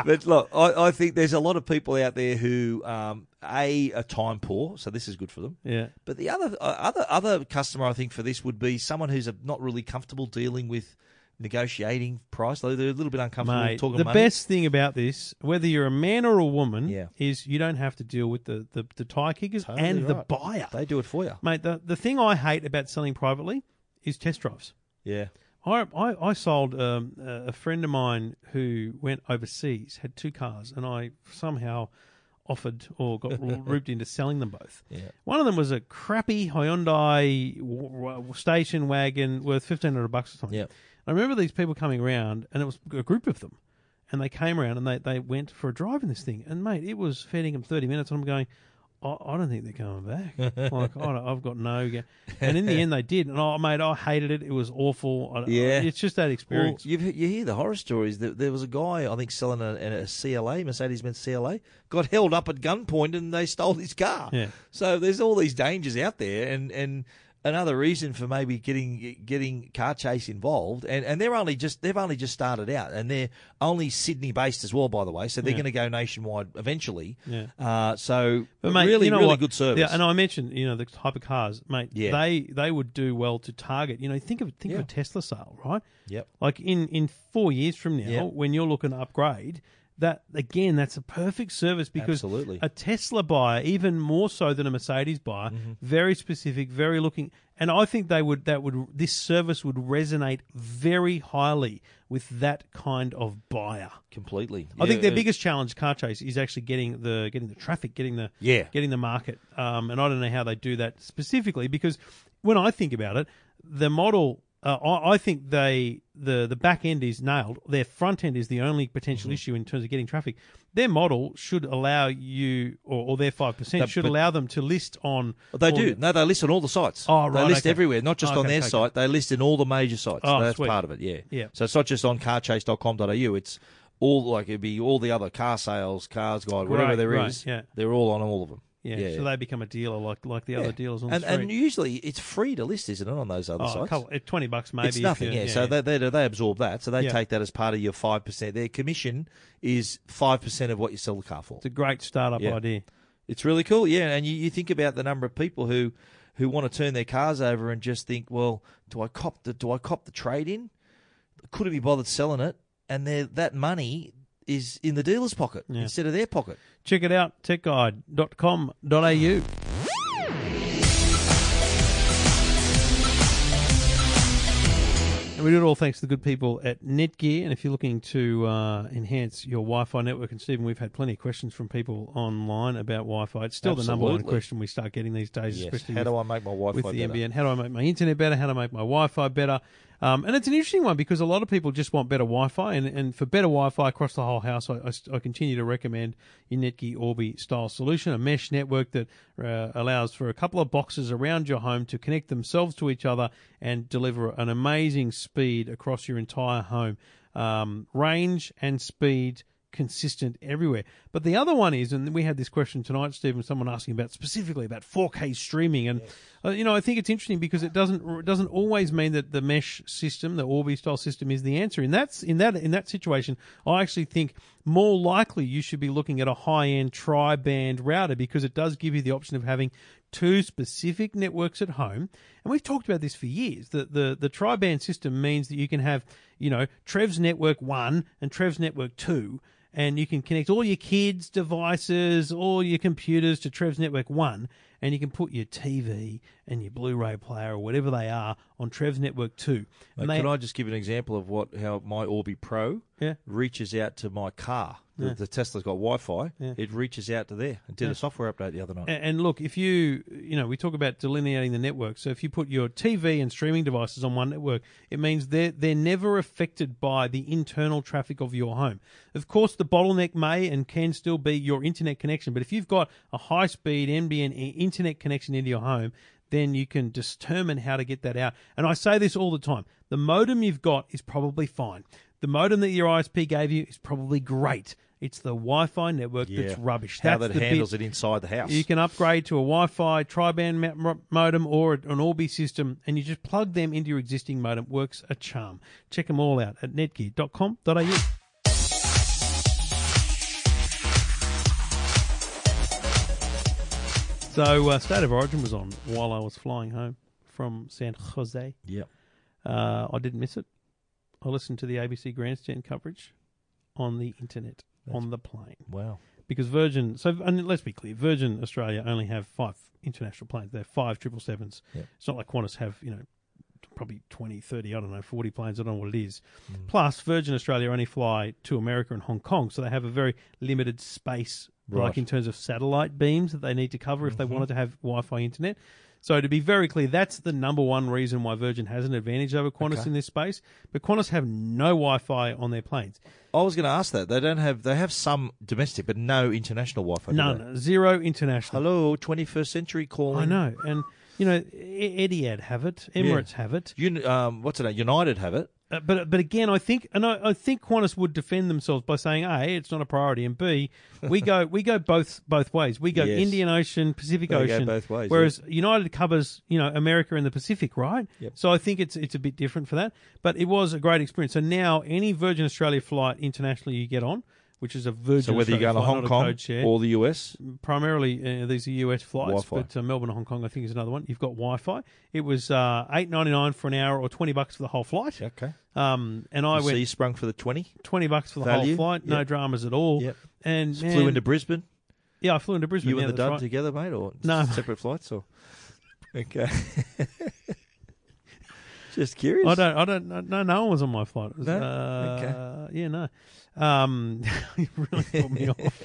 Speaker 3: But look, I, I think there's a lot of people out there who um, a are time poor, so this is good for them.
Speaker 2: yeah.
Speaker 3: But the other uh, other other customer I think for this would be someone who's uh, not really comfortable dealing with negotiating price. They're they're a little bit uncomfortable
Speaker 2: Mate,
Speaker 3: talking
Speaker 2: the
Speaker 3: money.
Speaker 2: best thing about this, whether you're a man or a woman,
Speaker 3: Yeah.
Speaker 2: is you don't have to deal with the, the, the tie kickers
Speaker 3: Totally
Speaker 2: and the
Speaker 3: right.
Speaker 2: buyer.
Speaker 3: They do it for you.
Speaker 2: Mate, the, the thing I hate about selling privately is test drives.
Speaker 3: Yeah.
Speaker 2: I, I, I sold um, a a friend of mine who went overseas, had two cars, and I somehow offered or got roped into selling them both.
Speaker 3: Yeah.
Speaker 2: One of them was a crappy Hyundai w- w- station wagon worth 1500 bucks or something.
Speaker 3: Yeah.
Speaker 2: I remember these people coming around, and it was a group of them. And they came around and they, they went for a drive in this thing. And, mate, it was feeding them 30 minutes. And I'm going, I, I don't think they're coming back. like, I don't- I've got no. Ga-. And in the end, they did. And, oh, mate, I hated it. It was awful. I,
Speaker 3: Yeah.
Speaker 2: it's just that
Speaker 3: Well,
Speaker 2: experience.
Speaker 3: you you hear the horror stories. There, there was a guy I think selling a, a CLA, Mercedes-Benz CLA, got held up at gunpoint and they stole his car.
Speaker 2: Yeah.
Speaker 3: So there's all these dangers out there, and and another reason for maybe getting getting car chase involved. And and they're only just they've only just started out, and they're only Sydney based as well, by the way. So they're going to go nationwide eventually.
Speaker 2: Yeah.
Speaker 3: Uh, so
Speaker 2: But mate,
Speaker 3: really
Speaker 2: you know
Speaker 3: really
Speaker 2: what?
Speaker 3: good service.
Speaker 2: Yeah, and I mentioned you know the type of cars, mate.
Speaker 3: Yeah.
Speaker 2: they they would do well to target. You know, think of think
Speaker 3: Yeah.
Speaker 2: of a Tesla sale, right?
Speaker 3: Yep.
Speaker 2: Like in in four years from now,
Speaker 3: Yeah.
Speaker 2: when you're looking to upgrade, that again, that's a perfect service because
Speaker 3: Absolutely.
Speaker 2: a Tesla buyer, even more so than a Mercedes buyer,
Speaker 3: Mm-hmm.
Speaker 2: very specific, very looking. And I think they would that would this service would resonate very highly with that kind of buyer.
Speaker 3: Completely.
Speaker 2: I think their
Speaker 3: Yeah.
Speaker 2: biggest challenge, car chase, is actually getting the getting the traffic, getting the
Speaker 3: Yeah.
Speaker 2: getting the market. Um, and I don't know how they do that specifically because when I think about it, the model. Uh, I, I think they the the back end is nailed. Their front end is the only potential
Speaker 3: Mm-hmm.
Speaker 2: issue in terms of getting traffic. Their model should allow you, or, or their five percent
Speaker 3: That-
Speaker 2: should
Speaker 3: but- Oh,
Speaker 2: allow them to list on.
Speaker 3: They
Speaker 2: on-
Speaker 3: do. No, they list on all the sites.
Speaker 2: Oh,
Speaker 3: They
Speaker 2: right,
Speaker 3: list
Speaker 2: okay.
Speaker 3: everywhere, not just on
Speaker 2: Okay,
Speaker 3: their
Speaker 2: okay.
Speaker 3: site. They list in all the major sites.
Speaker 2: Oh,
Speaker 3: So that's
Speaker 2: sweet.
Speaker 3: part of it, yeah.
Speaker 2: Yeah.
Speaker 3: So it's not just on carchase.com.au. It's all, like, it'd be all the other car sales, cars guide, whatever
Speaker 2: Right,
Speaker 3: there
Speaker 2: right,
Speaker 3: is,
Speaker 2: yeah.
Speaker 3: They're all on all of them.
Speaker 2: Yeah, so they become a dealer like like the
Speaker 3: Yeah.
Speaker 2: other dealers on
Speaker 3: and,
Speaker 2: the street.
Speaker 3: and usually it's free to list, isn't it, on those other
Speaker 2: oh, a
Speaker 3: sites?
Speaker 2: couple, twenty bucks maybe.
Speaker 3: it's
Speaker 2: if
Speaker 3: nothing,
Speaker 2: you-
Speaker 3: yeah. So They, they they absorb that. So they
Speaker 2: Yeah.
Speaker 3: take that as part of your five percent. Their commission is five percent of what you sell the car for.
Speaker 2: it's a great startup
Speaker 3: Yeah.
Speaker 2: idea.
Speaker 3: It's really cool, yeah. And you, you think about the number of people who who want to turn their cars over and just think, well, do I cop the do I cop the trade in? Couldn't be bothered selling it, and they're- that money is in the dealer's pocket instead of their pocket.
Speaker 2: Check it out, techguide.com.au. And we do it all thanks to the good people at Netgear. And if you're looking to uh, enhance your Wi Fi network, and Stephen, we've had plenty of questions from people online about Wi Fi. It's still the number one
Speaker 3: Absolutely.
Speaker 2: question we start getting these days, especially
Speaker 3: How
Speaker 2: with-
Speaker 3: do I make my Wi-Fi
Speaker 2: with the
Speaker 3: better?
Speaker 2: NBN. How do I make my internet better? How do I make my Wi-Fi better? Um, and it's an interesting one because a lot of people just want better Wi-Fi, and, and for better Wi-Fi across the whole house, I, I st- I continue to recommend your Netgear Orbi style solution, a mesh network that uh, allows for a couple of boxes around your home to connect themselves to each other and deliver an amazing speed across your entire home. um, range and speed consistent everywhere. But the other one is, and we had this question tonight, Stephen, someone asking about specifically about 4K streaming, and uh, you know I think it's interesting because it doesn't it doesn't always mean that the mesh system, the Orbi style system, is the answer. In that's in that in that situation, I actually think more likely you should be looking at a high end tri band router because it does give you the option of having two specific networks at home. And we've talked about this for years. The the, the tri band system means that you can have, you know, Trev's network one and Trev's network two, and you can connect all your kids' devices, all your computers to Trev's network one, and you can put your TV and your Blu-ray player or whatever they are on Trev's network two. And
Speaker 3: Mate,
Speaker 2: they-
Speaker 3: can I just give an example of what how my Orbi Pro
Speaker 2: Yeah.
Speaker 3: reaches out to my car? The, the Tesla's got Wi-Fi. It reaches out to there. It did a software update the other night.
Speaker 2: And, and look, if you you know, we talk about delineating the network. So if you put your TV and streaming devices on one network, it means they're they're never affected by the internal traffic of your home. Of course, the bottleneck may and can still be your internet connection, but if you've got a high speed NBN i- internet connection into your home, then you can determine how to get that out. And I say this all the time: the modem you've got is probably fine. The modem that your ISP gave you is probably great. It's the Wi-Fi network that's rubbish.
Speaker 3: How
Speaker 2: that's
Speaker 3: that
Speaker 2: the
Speaker 3: handles
Speaker 2: bit-
Speaker 3: it inside the house.
Speaker 2: you can upgrade to a Wi-Fi tri-band ma- mo- modem or an Orbi system, and you just plug them into your existing modem. Works a charm. Check them all out at netgear.com.au. So, uh, State of Origin was on while I was flying home from San Jose.
Speaker 3: Yep.
Speaker 2: Uh, I didn't miss it. I listened to the ABC grandstand coverage on the internet on the plane
Speaker 3: Wow.
Speaker 2: because Virgin. So and let's be clear, Virgin Australia only have five international planes. They have five triple sevens.
Speaker 3: Yep.
Speaker 2: It's not like Qantas have you know probably 20, 30, I don't know, 40 planes. I don't know what it is. Plus, Virgin Australia only fly to America and Hong Kong, so they have a very limited space, like
Speaker 3: Right.
Speaker 2: in terms of satellite beams that they need to cover if they wanted to have Wi-Fi internet. So to be very clear, that's the number one reason why Virgin has an advantage over Qantas in this space. But Qantas have no Wi-Fi on their planes.
Speaker 3: I was going to ask that. They don't have. They have some domestic, but no international Wi-Fi. do
Speaker 2: None,
Speaker 3: they?
Speaker 2: zero international.
Speaker 3: Hello, 21st century calling.
Speaker 2: I know, and you know, E- Etihad have it, Emirates have it,
Speaker 3: Un- um, what's it? name? United have it.
Speaker 2: uh, but but again, I think, and I, I think Qantas would defend themselves by saying, a, it's not a priority, and b, we go we go both both ways. We go
Speaker 3: Yes.
Speaker 2: Indian Ocean, Pacific
Speaker 3: They go
Speaker 2: Ocean,
Speaker 3: both ways,
Speaker 2: Whereas United covers you know America and the Pacific, right? So I think it's it's a bit different for that, but it was a great experience. So now any Virgin Australia flight internationally you get on. Which is a Virgin
Speaker 3: So whether you go
Speaker 2: Australia
Speaker 3: to
Speaker 2: flight, not
Speaker 3: Hong
Speaker 2: a
Speaker 3: Kong
Speaker 2: code share.
Speaker 3: or the US,
Speaker 2: primarily uh, these are US flights,
Speaker 3: Wi-Fi.
Speaker 2: but uh, Melbourne to Hong Kong I think is another one. You've got Wi-Fi. It was uh, eight ninety nine for an hour or twenty bucks for the whole flight.
Speaker 3: okay.
Speaker 2: Um, and I
Speaker 3: So
Speaker 2: went
Speaker 3: you sprung for the 20.
Speaker 2: twenty bucks for the
Speaker 3: Value.
Speaker 2: whole flight, no
Speaker 3: Yep.
Speaker 2: dramas at all.
Speaker 3: Yep.
Speaker 2: And man,
Speaker 3: Flew into Brisbane.
Speaker 2: yeah, I flew into Brisbane.
Speaker 3: You
Speaker 2: yeah,
Speaker 3: and the
Speaker 2: that's
Speaker 3: dub
Speaker 2: right.
Speaker 3: together, mate, or
Speaker 2: No.
Speaker 3: separate flights, or okay. Just curious.
Speaker 2: I don't. I don't. no- No. No one was on my flight. It was,
Speaker 3: No?
Speaker 2: Uh, Yeah. No. Um, it really put me off.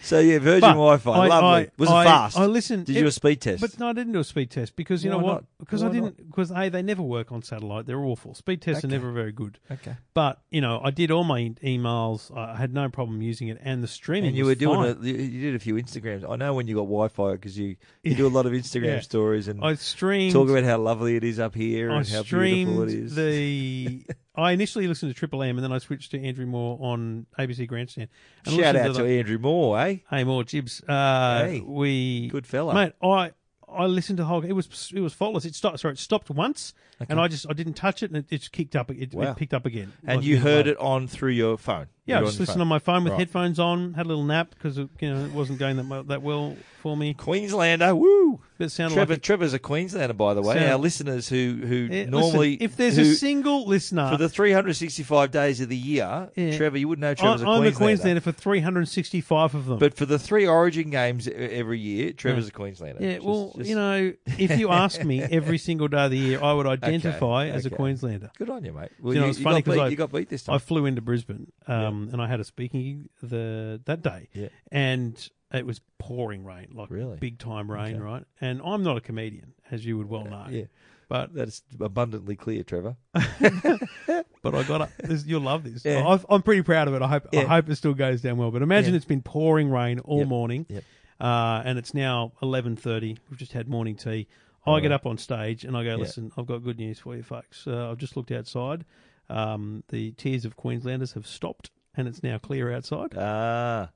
Speaker 3: So yeah, Virgin
Speaker 2: But
Speaker 3: Wi-Fi,
Speaker 2: I-
Speaker 3: lovely.
Speaker 2: I-
Speaker 3: was it
Speaker 2: I-
Speaker 3: fast?
Speaker 2: I listened-
Speaker 3: Did you
Speaker 2: it-
Speaker 3: do a speed test?
Speaker 2: But no, I didn't do a speed test because you
Speaker 3: Why
Speaker 2: know what?
Speaker 3: not?
Speaker 2: Because
Speaker 3: Why
Speaker 2: I didn't. Because a they never work on satellite. They're awful. Speed tests are
Speaker 3: Okay.
Speaker 2: never very good.
Speaker 3: okay.
Speaker 2: But you know, I did all my e- emails. I had no problem using it, and the streaming.
Speaker 3: And you were
Speaker 2: was
Speaker 3: doing
Speaker 2: fine.
Speaker 3: a, you- you did a few Instagrams. I know when you got Wi-Fi because you, you do a lot of Instagram
Speaker 2: Yeah.
Speaker 3: stories and
Speaker 2: I streamed.
Speaker 3: talk about how lovely it is up here
Speaker 2: I
Speaker 3: and how beautiful it
Speaker 2: streamed
Speaker 3: is.
Speaker 2: the. I initially listened to Triple M, and then I switched to Andrew Moore on ABC Grandstand. And
Speaker 3: Shout
Speaker 2: listened
Speaker 3: out to
Speaker 2: the-
Speaker 3: Andrew Moore, eh?
Speaker 2: Hey Moore Jibs. Uh,
Speaker 3: Hey,
Speaker 2: we
Speaker 3: good fella.
Speaker 2: mate. I I listened to the whole. It was it was faultless. It stopped. Sorry, it stopped once, and I just I didn't touch it, and it, it just kicked up. It,
Speaker 3: Wow.
Speaker 2: it picked up again.
Speaker 3: And
Speaker 2: Like,
Speaker 3: you
Speaker 2: minute
Speaker 3: heard
Speaker 2: later.
Speaker 3: it on through your phone.
Speaker 2: Yeah,
Speaker 3: You
Speaker 2: I
Speaker 3: were
Speaker 2: was
Speaker 3: your
Speaker 2: listening on my phone with
Speaker 3: Right.
Speaker 2: headphones on. Had a little nap because you know it wasn't going that mo- that well for me.
Speaker 3: Queenslander, woo!
Speaker 2: But it sounded
Speaker 3: Trevor,
Speaker 2: like it-
Speaker 3: Trevor's a Queenslander, by the way.
Speaker 2: Sound-
Speaker 3: Our listeners who who
Speaker 2: Yeah, listen,
Speaker 3: normally,
Speaker 2: if there's
Speaker 3: who-
Speaker 2: a single listener,
Speaker 3: for the 365 days of the year,
Speaker 2: Yeah.
Speaker 3: Trevor, you would know
Speaker 2: I,
Speaker 3: Trevor's a
Speaker 2: I'm a
Speaker 3: Queenslander.
Speaker 2: Queenslander for 365 of them.
Speaker 3: But for the three Origin games e- every year, Trevor's a Queenslander.
Speaker 2: yeah,
Speaker 3: Just-
Speaker 2: well,
Speaker 3: just-
Speaker 2: you know, if you asked me every single day of the year, I would identify as a
Speaker 3: okay.
Speaker 2: Queenslander.
Speaker 3: good on you, mate. Well,
Speaker 2: you
Speaker 3: you,
Speaker 2: know,
Speaker 3: you,
Speaker 2: it's funny
Speaker 3: got
Speaker 2: 'cause
Speaker 3: beat,
Speaker 2: I-
Speaker 3: you got beat this time.
Speaker 2: I flew into Brisbane, um, and I had a speaking gig the that day,
Speaker 3: Yeah.
Speaker 2: and it was pouring rain, like
Speaker 3: Really?
Speaker 2: big time rain, right? And I'm not a comedian, as you would well know,
Speaker 3: Uh, yeah.
Speaker 2: but
Speaker 3: That's abundantly clear, Trevor.
Speaker 2: but I got it. You'll love this.
Speaker 3: Yeah.
Speaker 2: I've, I'm pretty proud of it. I hope I
Speaker 3: Yeah.
Speaker 2: hope it still goes down well. But imagine
Speaker 3: Yeah.
Speaker 2: it's been pouring rain all
Speaker 3: Yep.
Speaker 2: morning,
Speaker 3: Yep.
Speaker 2: uh, and it's now 11:30. We've just had morning tea. I get up on stage and I go, "Listen, I've got good news for you, folks. Uh, I've just looked outside. Um, the tears of Queenslanders have stopped, and it's now clear outside.
Speaker 3: Ah,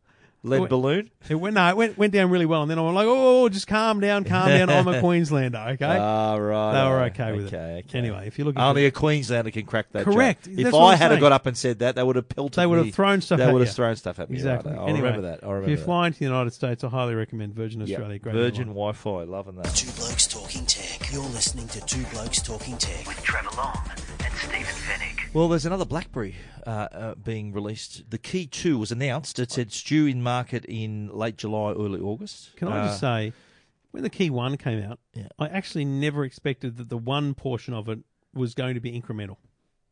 Speaker 3: lead
Speaker 2: Wait.
Speaker 3: balloon.
Speaker 2: It went no, it went, went down really well, and then I'm like, oh, just calm down, calm down. I'm a Queenslander, okay?
Speaker 3: Ah, right.
Speaker 2: they were
Speaker 3: right.
Speaker 2: okay with
Speaker 3: okay,
Speaker 2: it.
Speaker 3: Okay.
Speaker 2: Anyway, if you look,
Speaker 3: Only
Speaker 2: it,
Speaker 3: a Queenslander can crack that.
Speaker 2: Correct.
Speaker 3: Joke.
Speaker 2: That's
Speaker 3: If
Speaker 2: what
Speaker 3: I
Speaker 2: I'm
Speaker 3: had
Speaker 2: saying.
Speaker 3: got up and said that, they would have pelted.
Speaker 2: They would have
Speaker 3: me.
Speaker 2: thrown stuff
Speaker 3: They
Speaker 2: at
Speaker 3: would have
Speaker 2: you.
Speaker 3: thrown stuff at me.
Speaker 2: exactly.
Speaker 3: Right. I
Speaker 2: Anyway,
Speaker 3: remember that. I remember
Speaker 2: if you're
Speaker 3: that.
Speaker 2: flying to the United States, I highly recommend Virgin
Speaker 3: Yeah.
Speaker 2: Australia. Great
Speaker 3: Virgin
Speaker 2: airline.
Speaker 3: Wi-Fi, loving that.
Speaker 1: Two Blokes Talking Tech. You're listening to Two Blokes Talking Tech. With Trevor Long and Stephen Fennick.
Speaker 3: Well, there's another BlackBerry uh, uh, being released. The Key 2 was announced. It said it's due in market in late July, early August.
Speaker 2: Can I just
Speaker 3: Uh,
Speaker 2: say, when the Key One came out,
Speaker 3: Yeah.
Speaker 2: I actually never expected that the one portion of it was going to be incremental.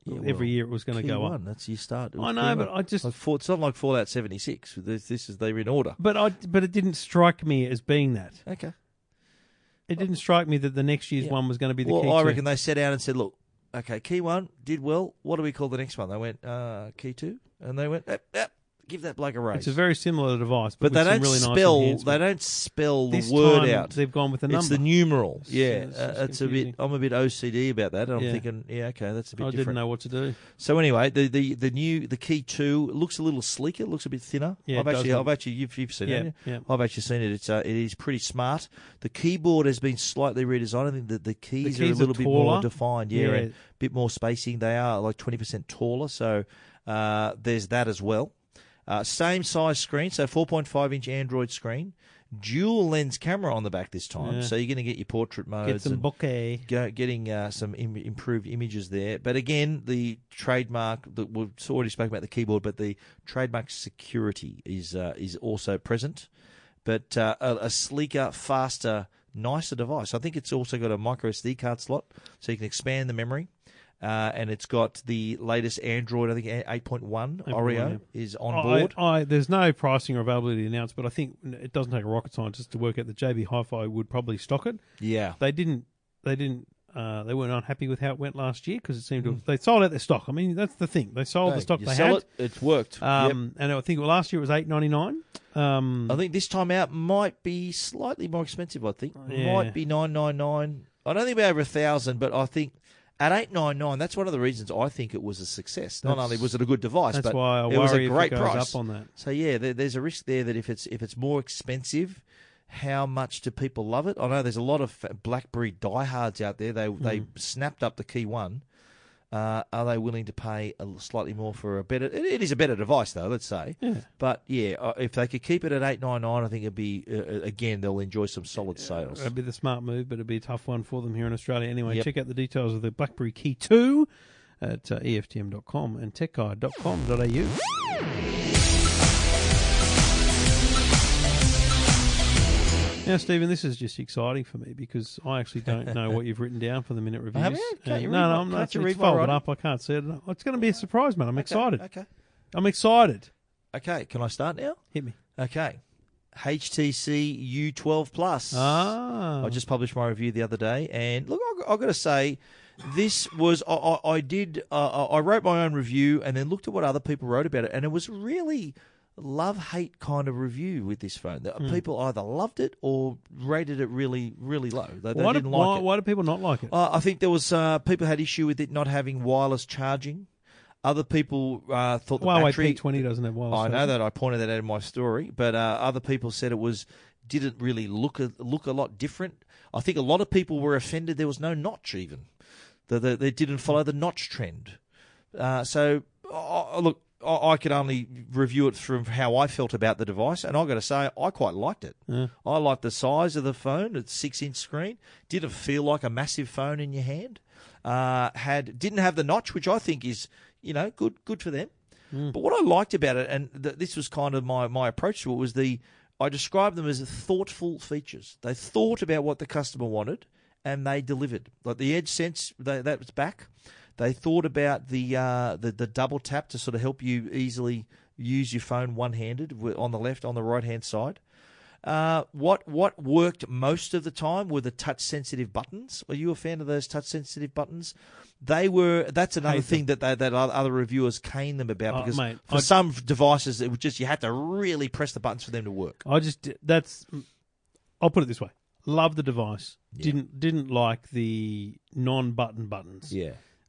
Speaker 3: yeah,
Speaker 2: Every
Speaker 3: well,
Speaker 2: year it was going to
Speaker 3: Key
Speaker 2: go up.
Speaker 3: 1, That's your start. It
Speaker 2: I
Speaker 3: was
Speaker 2: know,
Speaker 3: Key
Speaker 2: but
Speaker 3: 1.
Speaker 2: I just-
Speaker 3: Like Fall- it's not like Fallout 76. This, this is they're in order.
Speaker 2: But I, but it didn't strike me as being that.
Speaker 3: Okay.
Speaker 2: It didn't strike me that the next year's
Speaker 3: Yeah.
Speaker 2: one was going to be the
Speaker 3: Well,
Speaker 2: key.
Speaker 3: I
Speaker 2: two.
Speaker 3: reckon they set out and said, look, okay, Key 1 did well. What do we call the next one? They went, uh, Key 2. And they went, "Yep, yep, give that bloke a raise.
Speaker 2: it's a very similar device, but,
Speaker 3: but they
Speaker 2: with some
Speaker 3: don't
Speaker 2: really nice
Speaker 3: spell. they
Speaker 2: enhancements.
Speaker 3: don't spell the
Speaker 2: This
Speaker 3: word
Speaker 2: time
Speaker 3: out.
Speaker 2: They've gone with the number.
Speaker 3: It's the numeral. Yeah,
Speaker 2: it's
Speaker 3: uh,
Speaker 2: just
Speaker 3: it's, a bit.
Speaker 2: confusing.
Speaker 3: I'm a bit OCD about that. And
Speaker 2: Yeah.
Speaker 3: I'm thinking, yeah, okay, that's a bit
Speaker 2: I
Speaker 3: different.
Speaker 2: didn't know what to do.
Speaker 3: So anyway, the, the the new the key two looks a little sleeker, looks a bit thinner.
Speaker 2: Yeah, it
Speaker 3: I've actually,
Speaker 2: does
Speaker 3: I've
Speaker 2: look-
Speaker 3: actually, you've, you've seen
Speaker 2: Yeah,
Speaker 3: it. haven't you?
Speaker 2: yeah.
Speaker 3: I've actually seen it. It's uh, it is pretty smart. The keyboard has been slightly redesigned. I think that the keys,
Speaker 2: keys
Speaker 3: are
Speaker 2: are
Speaker 3: a little bit more
Speaker 2: taller.
Speaker 3: defined. Yeah,
Speaker 2: Yeah.
Speaker 3: and a bit more spacing. They are like twenty percent taller. So uh, there's that as well. Uh, same size screen, so 4.5 inch Android screen, dual lens camera on the back this time.
Speaker 2: Yeah.
Speaker 3: So you're going to get your portrait modes.
Speaker 2: Get some
Speaker 3: and-
Speaker 2: bokeh.
Speaker 3: go- getting uh, some Im- improved images there. But again, the trademark that we've already spoken about the keyboard, but the trademark security is uh, is also present. But uh, a, a sleeker, faster, nicer device. I think it's also got a micro SD card slot, so you can expand the memory. Uh, and it's got the latest Android, I think a- 8.1 Oreo is on board.
Speaker 2: I, I, there's no pricing or availability announced, but I think it doesn't take a rocket scientist to work out that JB Hi-Fi would probably stock it.
Speaker 3: yeah.
Speaker 2: They didn't. They didn't. Uh, they weren't unhappy with how it went last year because it seemed to. Have, they sold out their stock. I mean, that's the thing. They sold the
Speaker 3: Hmm. Hey,
Speaker 2: stock
Speaker 3: you
Speaker 2: they
Speaker 3: sell
Speaker 2: had.
Speaker 3: it, it's worked. Yep. Oh,
Speaker 2: Um, and I think last year it was eight ninety nine. Um,
Speaker 3: I think this time out might be slightly more expensive. I think
Speaker 2: Yeah.
Speaker 3: might be nine nine nine. I don't think we're over a thousand, but I think at eight nine nine, that's one of the reasons I think it was a success. Not
Speaker 2: That's-
Speaker 3: only was it a good device,
Speaker 2: that's
Speaker 3: but
Speaker 2: why I
Speaker 3: it was
Speaker 2: worry
Speaker 3: a
Speaker 2: if it
Speaker 3: great
Speaker 2: goes
Speaker 3: price.
Speaker 2: up on that.
Speaker 3: So yeah, there, there's a risk there that if it's if it's more expensive, how much do people love it? I know there's a lot of fa- BlackBerry diehards out there. They they
Speaker 2: Hmm.
Speaker 3: snapped up the key one. Uh, are they willing to pay a l- slightly more for a better? It, it is a better device, though. Let's say, but yeah, uh, if they could keep it at eight nine nine, I think it'd be uh, uh, again they'll enjoy some solid sales.
Speaker 2: It'd be the smart move, but it'd be a tough one for them here in Australia. Anyway,
Speaker 3: Yep.
Speaker 2: check out the details of the BlackBerry Key 2 at uh, EFTM.com and techguide.com.au. Now, Stephen, this is just exciting for me because I actually don't know what you've written down for the minute reviews.
Speaker 3: haven't you? Can't
Speaker 2: And-
Speaker 3: you read
Speaker 2: no,
Speaker 3: my-
Speaker 2: no, I'm not.
Speaker 3: can't you
Speaker 2: it's
Speaker 3: read my
Speaker 2: folded
Speaker 3: writing?
Speaker 2: up. I can't see it. It's going to be a surprise, man. I'm excited.
Speaker 3: Okay,
Speaker 2: I'm excited.
Speaker 3: okay. Can I start now?
Speaker 2: Hit me.
Speaker 3: Okay, HTC U12 Plus.
Speaker 2: Ah,
Speaker 3: I just published my review the other day, and look, I've got to say, this was I, I, I did uh, I I wrote my own review and then looked at what other people wrote about it, and it was really love hate kind of review with this phone. That
Speaker 2: Hmm.
Speaker 3: People either loved it or rated it really really low. They, they
Speaker 2: why, do,
Speaker 3: didn't like
Speaker 2: why,
Speaker 3: it.
Speaker 2: why do people not like it?
Speaker 3: Uh, I think there was uh, people had issue with it not having wireless charging. Other people uh, thought the
Speaker 2: Huawei
Speaker 3: battery
Speaker 2: P20 doesn't have wireless.
Speaker 3: I
Speaker 2: charging.
Speaker 3: know that I pointed that out in my story, but uh, other people said it was didn't really look a, look a lot different. I think a lot of people were offended. There was no notch even. The, the, they didn't follow the notch trend. Uh, so I I- look, I, I could only review it from how I felt about the device, and I got to say, I quite liked it. I liked the size of the phone. It's six inch screen. Didn't feel like a massive phone in your hand. Uh, had didn't have the notch, which I think is you know good good for them. But what I liked about it, and th- this was kind of my, my approach to it, was the I described them as thoughtful features. They thought about what the customer wanted, and they delivered. Like the Edge Sense, they, that was back. They thought about the, uh, the the double tap to sort of help you easily use your phone one handed on the left, on the right hand side. Uh, what what worked most of the time were the touch sensitive buttons. Are you a fan of those touch sensitive buttons? They were. That's another
Speaker 2: Hate
Speaker 3: thing that they, that other reviewers cane them about
Speaker 2: Oh,
Speaker 3: because
Speaker 2: mate,
Speaker 3: for
Speaker 2: I'd-
Speaker 3: some devices it was just you had to really press the buttons for them to work.
Speaker 2: I just that's. I'll put it this way: love the device. Didn't didn't like the non-button buttons.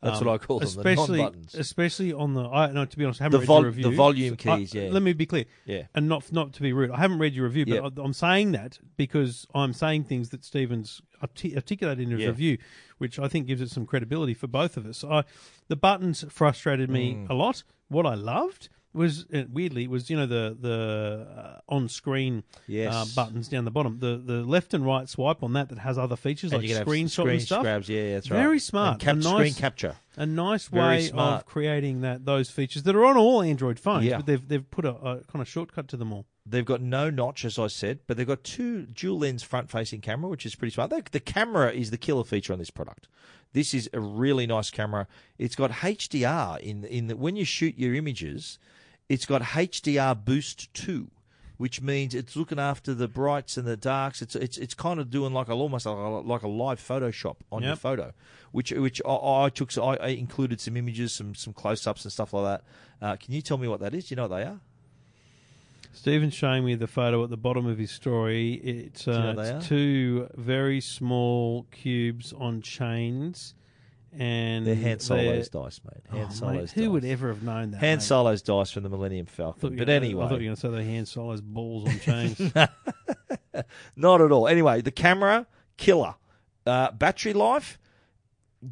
Speaker 3: That's
Speaker 2: Um,
Speaker 3: what I call them, the
Speaker 2: especially,
Speaker 3: non-buttons.
Speaker 2: Especially on the, I, no, to be honest, I haven't
Speaker 3: The
Speaker 2: read
Speaker 3: vol-
Speaker 2: your
Speaker 3: the
Speaker 2: review.
Speaker 3: volume
Speaker 2: So I-
Speaker 3: keys, yeah.
Speaker 2: Let me be clear,
Speaker 3: Yeah.
Speaker 2: and not not to be rude. I haven't read your review, but
Speaker 3: Yeah.
Speaker 2: I, I'm saying that because I'm saying things that Stevens arti- articulated in his
Speaker 3: Yeah.
Speaker 2: review, which I think gives it some credibility for both of us. So I, the buttons frustrated me
Speaker 3: Mm.
Speaker 2: a lot. What I loved was uh, weirdly was you know the the uh, on screen uh,
Speaker 3: Yes.
Speaker 2: buttons down the bottom, the the left and right swipe on that that has other features
Speaker 3: And
Speaker 2: like
Speaker 3: you can have
Speaker 2: screenshot
Speaker 3: screen
Speaker 2: and stuff.
Speaker 3: grabs. Yeah, that's right.
Speaker 2: Very smart.
Speaker 3: And cap-
Speaker 2: A nice-
Speaker 3: Screen capture.
Speaker 2: A nice
Speaker 3: Very
Speaker 2: way
Speaker 3: smart.
Speaker 2: of creating that those features that are on all Android phones,
Speaker 3: Yeah.
Speaker 2: but they've they've put a, a kind of shortcut to them all.
Speaker 3: They've got no notch, as I said, but they've got two dual lens front facing camera, which is pretty smart. The, the camera is the killer feature on this product. This is a really nice camera. It's got HDR in in that when you shoot your images, it's got HDR Boost two, which means it's looking after the brights and the darks. It's it's it's kind of doing like a almost like a, like a live Photoshop on your
Speaker 2: Yep.
Speaker 3: photo, which which I, I took. So I, I included some images, some some close ups and stuff like that. Uh, can you tell me what that is? Do you know what they are?
Speaker 2: Stephen's showing me the photo at the bottom of his story. It's,
Speaker 3: you know
Speaker 2: uh,
Speaker 3: what they
Speaker 2: it's
Speaker 3: are?
Speaker 2: two very small cubes on chains, and
Speaker 3: They're hand
Speaker 2: they're-
Speaker 3: solos dice, mate.
Speaker 2: Oh,
Speaker 3: Hand
Speaker 2: mate,
Speaker 3: solos.
Speaker 2: who
Speaker 3: dice.
Speaker 2: would ever have known that?
Speaker 3: hand
Speaker 2: mate?
Speaker 3: solos dice from the Millennium
Speaker 2: I thought you
Speaker 3: Falcon? But
Speaker 2: were gonna- I thought
Speaker 3: anyway,
Speaker 2: you were going to say the hand solos balls on chains.
Speaker 3: not at all. Anyway, the camera killer, uh, battery life,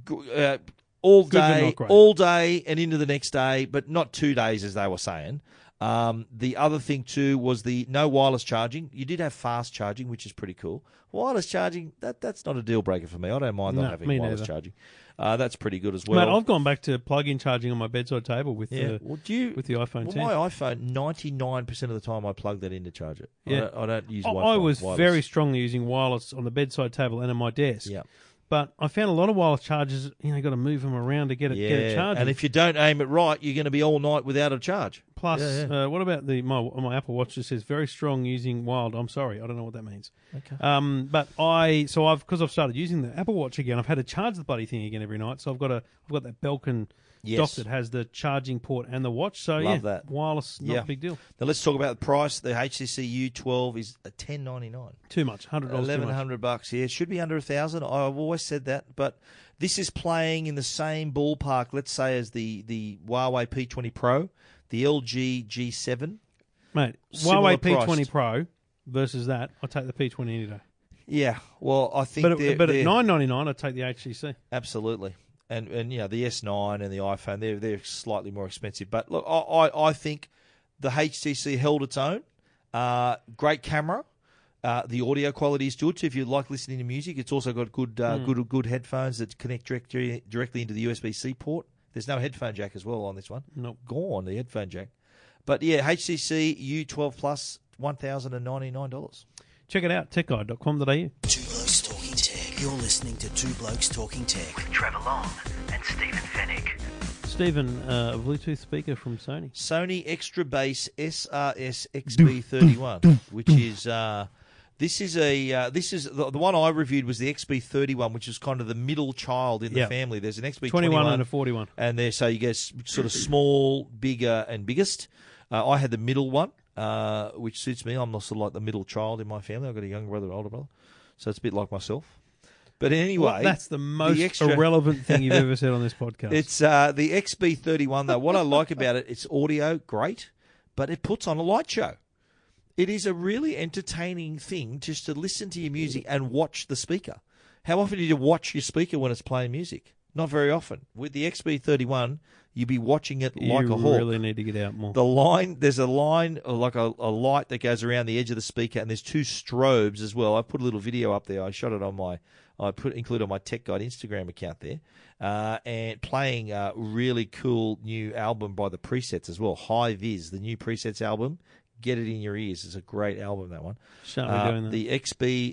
Speaker 3: g- uh, all
Speaker 2: Good but
Speaker 3: day,
Speaker 2: not great.
Speaker 3: all day, and into the next day, but not two days as they were saying. Um, the other thing too was the no wireless charging. You did have fast charging, which is pretty cool. Wireless charging that that's not a deal breaker for me. I don't mind
Speaker 2: No,
Speaker 3: not having
Speaker 2: me
Speaker 3: wireless
Speaker 2: neither.
Speaker 3: charging. Uh, that's pretty good as well.
Speaker 2: Mate, I've gone back to plug-in charging on my bedside table with
Speaker 3: Yeah.
Speaker 2: the
Speaker 3: well, do you
Speaker 2: with the iPhone
Speaker 3: Well,
Speaker 2: 10.
Speaker 3: my iPhone, ninety nine percent of the time, I plug that in to charge it. I,
Speaker 2: Yeah.
Speaker 3: don't, I don't use.
Speaker 2: I-
Speaker 3: Wi-Fi
Speaker 2: I was
Speaker 3: wireless.
Speaker 2: very strongly using wireless on the bedside table and on my desk.
Speaker 3: Yeah,
Speaker 2: But I found a lot of wireless chargers, you know, got to move them around to get it,
Speaker 3: yeah.
Speaker 2: get it charged.
Speaker 3: and if you don't aim it right, you're going to be all night without a charge.
Speaker 2: Plus,
Speaker 3: Yeah,
Speaker 2: Uh, what about the my my Apple Watch? Just says very strong using wild. I'm sorry, I don't know what that means.
Speaker 3: Okay.
Speaker 2: Um, but I so I've because I've started using the Apple Watch again. I've had to charge the bloody thing again every night. So I've got a I've got that Belkin dock
Speaker 3: Yes.
Speaker 2: that has the charging port and the watch. So
Speaker 3: Love
Speaker 2: yeah,
Speaker 3: that.
Speaker 2: wireless not
Speaker 3: Yeah.
Speaker 2: a big deal.
Speaker 3: Now let's talk about the price. The HTC U12 is ten ninety nine.
Speaker 2: Too much, hundred dollars.
Speaker 3: Eleven hundred bucks. Yeah, it should be under a thousand. I've always said that, but this is playing in the same ballpark. Let's say as the the Huawei P20 Pro, the LG G7.
Speaker 2: mate.
Speaker 3: Similar
Speaker 2: Huawei P20
Speaker 3: priced.
Speaker 2: Pro versus that, I take the P20 any day.
Speaker 3: Yeah, well, I think.
Speaker 2: But
Speaker 3: they're-
Speaker 2: at, but
Speaker 3: they're-
Speaker 2: at nine ninety nine, I take the HTC.
Speaker 3: Absolutely. And and you know, the S nine and the iPhone, they're they're slightly more expensive. But look, I, I, I think the HTC held its own. Uh, great camera. Uh, the audio quality is good. So if you like listening to music, it's also got good uh, good good headphones that connect directly directly into the USB C port. There's no headphone jack as well on this one.
Speaker 2: Nope.
Speaker 3: Gone the headphone jack. But yeah, HTC U12 Plus, one thousand and ninety nine dollars.
Speaker 2: Check it out, techguide.com.au.
Speaker 1: Two Blokes Talking Tech. You're listening to Two Blokes Talking Tech. With Trevor Long and Stephen Fennick.
Speaker 2: Stephen, uh, a Bluetooth speaker from Sony.
Speaker 3: Sony Extra Bass SRS XB31, which is uh, this is a uh, this is the, the one I reviewed was the XB31, which is kind of the middle child in the
Speaker 2: Yeah.
Speaker 3: family. There's an XB21
Speaker 2: Twenty one and a forty one.
Speaker 3: and there so you get s- sort of small, bigger, and biggest. Uh, I had the middle one, uh, which suits me. I'm sort of like the middle child in my family. I've got a younger brother, and older brother, so it's a bit like myself. But anyway,
Speaker 2: Well, that's the most
Speaker 3: extra-
Speaker 2: irrelevant thing you've ever said on this podcast.
Speaker 3: it's uh, the XB31 though. What I like about it, it's audio great, but it puts on a light show. It is a really entertaining thing just to listen to your music and watch the speaker. How often do you watch your speaker when it's playing music? Not very often. With the XB31, you'd be watching it like
Speaker 2: you
Speaker 3: a hawk.
Speaker 2: really need to get out more.
Speaker 3: The line, there's a line, uh, like a, a light that goes around the edge of the speaker, and there's two strobes as well. I put a little video up there. I shot it on my, I put include on my Tech Guide Instagram account there, uh, and playing a really cool new album by the Presets as well. High Viz, the new Presets album. Get it in your ears. It's a great album that one.
Speaker 2: Shan't be
Speaker 3: Uh,
Speaker 2: doing that.
Speaker 3: The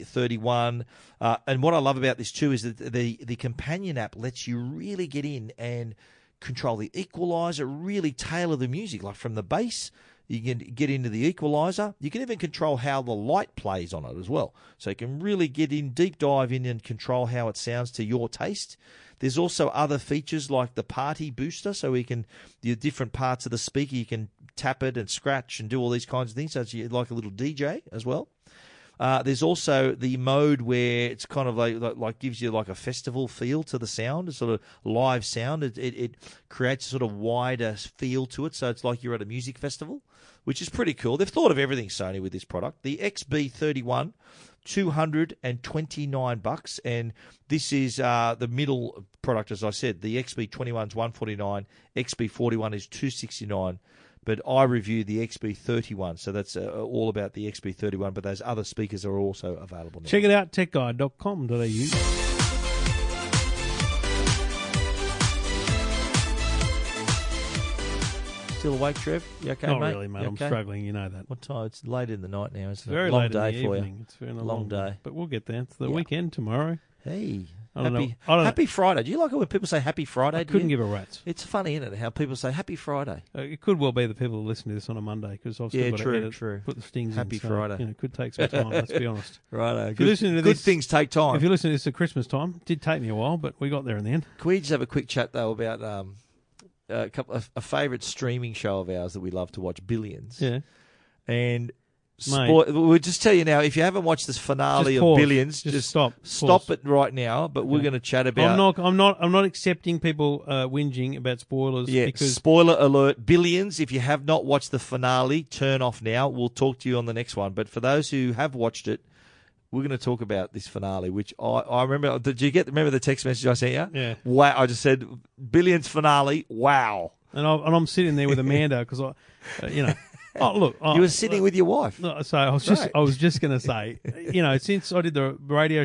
Speaker 3: XB31, uh, and what I love about this too is that the the companion app lets you really get in and control the equalizer, really tailor the music, like from the bass. You can get into the equalizer. You can even control how the light plays on it as well. So you can really get in, deep dive in, and control how it sounds to your taste. There's also other features like the party booster, so we can the different parts of the speaker. You can tap it and scratch and do all these kinds of things. So it's like a little DJ as well. Uh, there's also the mode where it's kind of like, like like gives you like a festival feel to the sound, it's sort of live sound. It, it it creates a sort of wider feel to it, so it's like you're at a music festival, which is pretty cool. They've thought of everything Sony with this product. The XB31 229 bucks and this is uh, the middle product as i said the xb21 is 149 xb41 is 269 but i reviewed the xb31 so that's uh, all about the xb31 but those other speakers are also available now
Speaker 2: Check it out, techguide.com.au.
Speaker 3: still awake trev you okay
Speaker 2: Not
Speaker 3: mate?
Speaker 2: really, mate.
Speaker 3: You
Speaker 2: I'm
Speaker 3: okay?
Speaker 2: struggling. You know that.
Speaker 3: what time it's late in the night now isn't it
Speaker 2: Very
Speaker 3: long
Speaker 2: late
Speaker 3: day
Speaker 2: in the
Speaker 3: for
Speaker 2: evening. It's been a long, one.
Speaker 3: Long day.
Speaker 2: But we'll get there. It's the
Speaker 3: Yeah.
Speaker 2: weekend tomorrow.
Speaker 3: you hey
Speaker 2: I don't
Speaker 3: happy,
Speaker 2: know. I don't know.
Speaker 3: happy friday do you like it when people say happy friday
Speaker 2: I
Speaker 3: Do
Speaker 2: couldn't
Speaker 3: you?
Speaker 2: give a rat's.
Speaker 3: it's funny, isn't it? How people say "Happy Friday."
Speaker 2: Uh, It could well be the people who listen to this on a Monday because I've still
Speaker 3: Yeah,
Speaker 2: got
Speaker 3: true,
Speaker 2: to edit,
Speaker 3: true.
Speaker 2: put the stings
Speaker 3: Happy
Speaker 2: in. so,
Speaker 3: Friday.
Speaker 2: You know, it could take some time, let's be honest.
Speaker 3: Right,
Speaker 2: you're listening to
Speaker 3: good
Speaker 2: this-
Speaker 3: things take time.
Speaker 2: If you listen to this at Christmas time, it did take me a while, but we got there in the end.
Speaker 3: Can we just have a quick chat though about um, a couple of, a favourite streaming show of ours that we love to watch, Billions.
Speaker 2: Yeah.
Speaker 3: And
Speaker 2: Mate.
Speaker 3: spoil we'll just tell you now if you haven't watched this finale
Speaker 2: Just
Speaker 3: of
Speaker 2: pause.
Speaker 3: Billions,
Speaker 2: Just
Speaker 3: just,
Speaker 2: stop.
Speaker 3: stop
Speaker 2: Pause.
Speaker 3: it right now. But we're
Speaker 2: Okay.
Speaker 3: going to chat about
Speaker 2: I'm not. I'm not. I'm not accepting people uh, whinging about spoilers
Speaker 3: yeah.
Speaker 2: because
Speaker 3: Spoiler alert, Billions. If you have not watched the finale, turn off now. We'll talk to you on the next one. But for those who have watched it. We're going to talk about this finale, which I, I remember. Did you get remember the text message I sent you?
Speaker 2: Yeah.
Speaker 3: Wow! I just said billions finale. Wow!
Speaker 2: and, I, and I'm sitting there with Amanda because I, uh, you know, oh look, I,
Speaker 3: You were sitting with your wife.
Speaker 2: No, so I was just
Speaker 3: Right.
Speaker 2: I was just going to say, you know, since I did the radio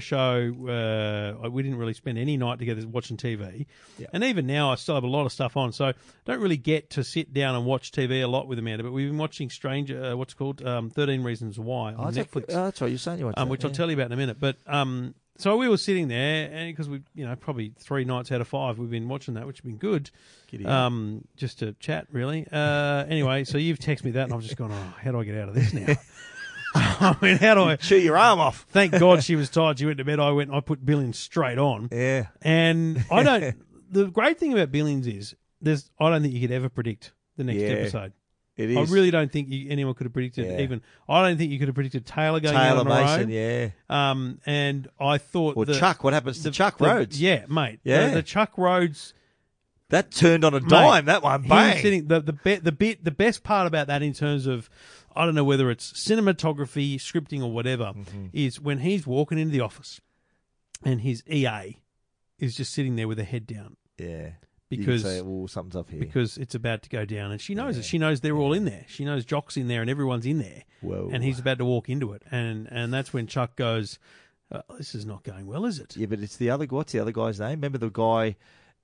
Speaker 2: show, uh, we didn't really spend any night together watching TV,
Speaker 3: Yeah.
Speaker 2: and even now I still have a lot of stuff on, so I don't really get to sit down and watch TV a lot with Amanda. But we've been watching Stranger, uh, what's it called um, Thirteen Reasons Why on
Speaker 3: that's
Speaker 2: Netflix,
Speaker 3: right. Oh, that's right. You're saying you watched
Speaker 2: um,
Speaker 3: that,
Speaker 2: which I'll
Speaker 3: yeah.
Speaker 2: tell you about in a minute. But um, so we were sitting there, and because we, you know, probably three nights out of five we've been watching that, which has been good.
Speaker 3: Giddy up.
Speaker 2: Um, just to chat, really. Uh, anyway, so you've texted me that, and I've just gone, oh, how do I get out of this now? I mean, how do I?
Speaker 3: Chew your arm off.
Speaker 2: Thank God she was tired. She went to bed. I went. and I put Billions straight on,
Speaker 3: Yeah.
Speaker 2: and I don't. the great thing about Billions is there's. I don't think you could ever predict the next
Speaker 3: Yeah,
Speaker 2: episode.
Speaker 3: It
Speaker 2: I
Speaker 3: is.
Speaker 2: really don't think you, anyone could have predicted.
Speaker 3: Yeah.
Speaker 2: Even I don't think you could have predicted Taylor going out
Speaker 3: Taylor
Speaker 2: on her
Speaker 3: Mason,
Speaker 2: own.
Speaker 3: yeah.
Speaker 2: Um, and I thought
Speaker 3: Or
Speaker 2: the,
Speaker 3: Chuck. What happens to Chuck
Speaker 2: the-
Speaker 3: Rhodes?
Speaker 2: Yeah, mate. The-
Speaker 3: Yeah.
Speaker 2: the, Chuck Rhodes.
Speaker 3: That turned on a dime,
Speaker 2: mate,
Speaker 3: that one.
Speaker 2: he was
Speaker 3: Bang.
Speaker 2: sitting- the the bit the bit the best part about that in terms of I don't know whether it's cinematography, scripting, or whatever,
Speaker 3: Mm-hmm.
Speaker 2: is when he's walking into the office, and his EA is just sitting there with her head down
Speaker 3: yeah.
Speaker 2: because
Speaker 3: you can say, well, something's up here.
Speaker 2: because it's about to go down, and she knows it. She knows they're all in there. She knows Jock's in there, and everyone's in there.
Speaker 3: Whoa.
Speaker 2: And he's about to walk into it, and and that's when Chuck goes, uh, "This is not going well, is it?"
Speaker 3: yeah, but it's the other. What's the other guy's name? Remember the guy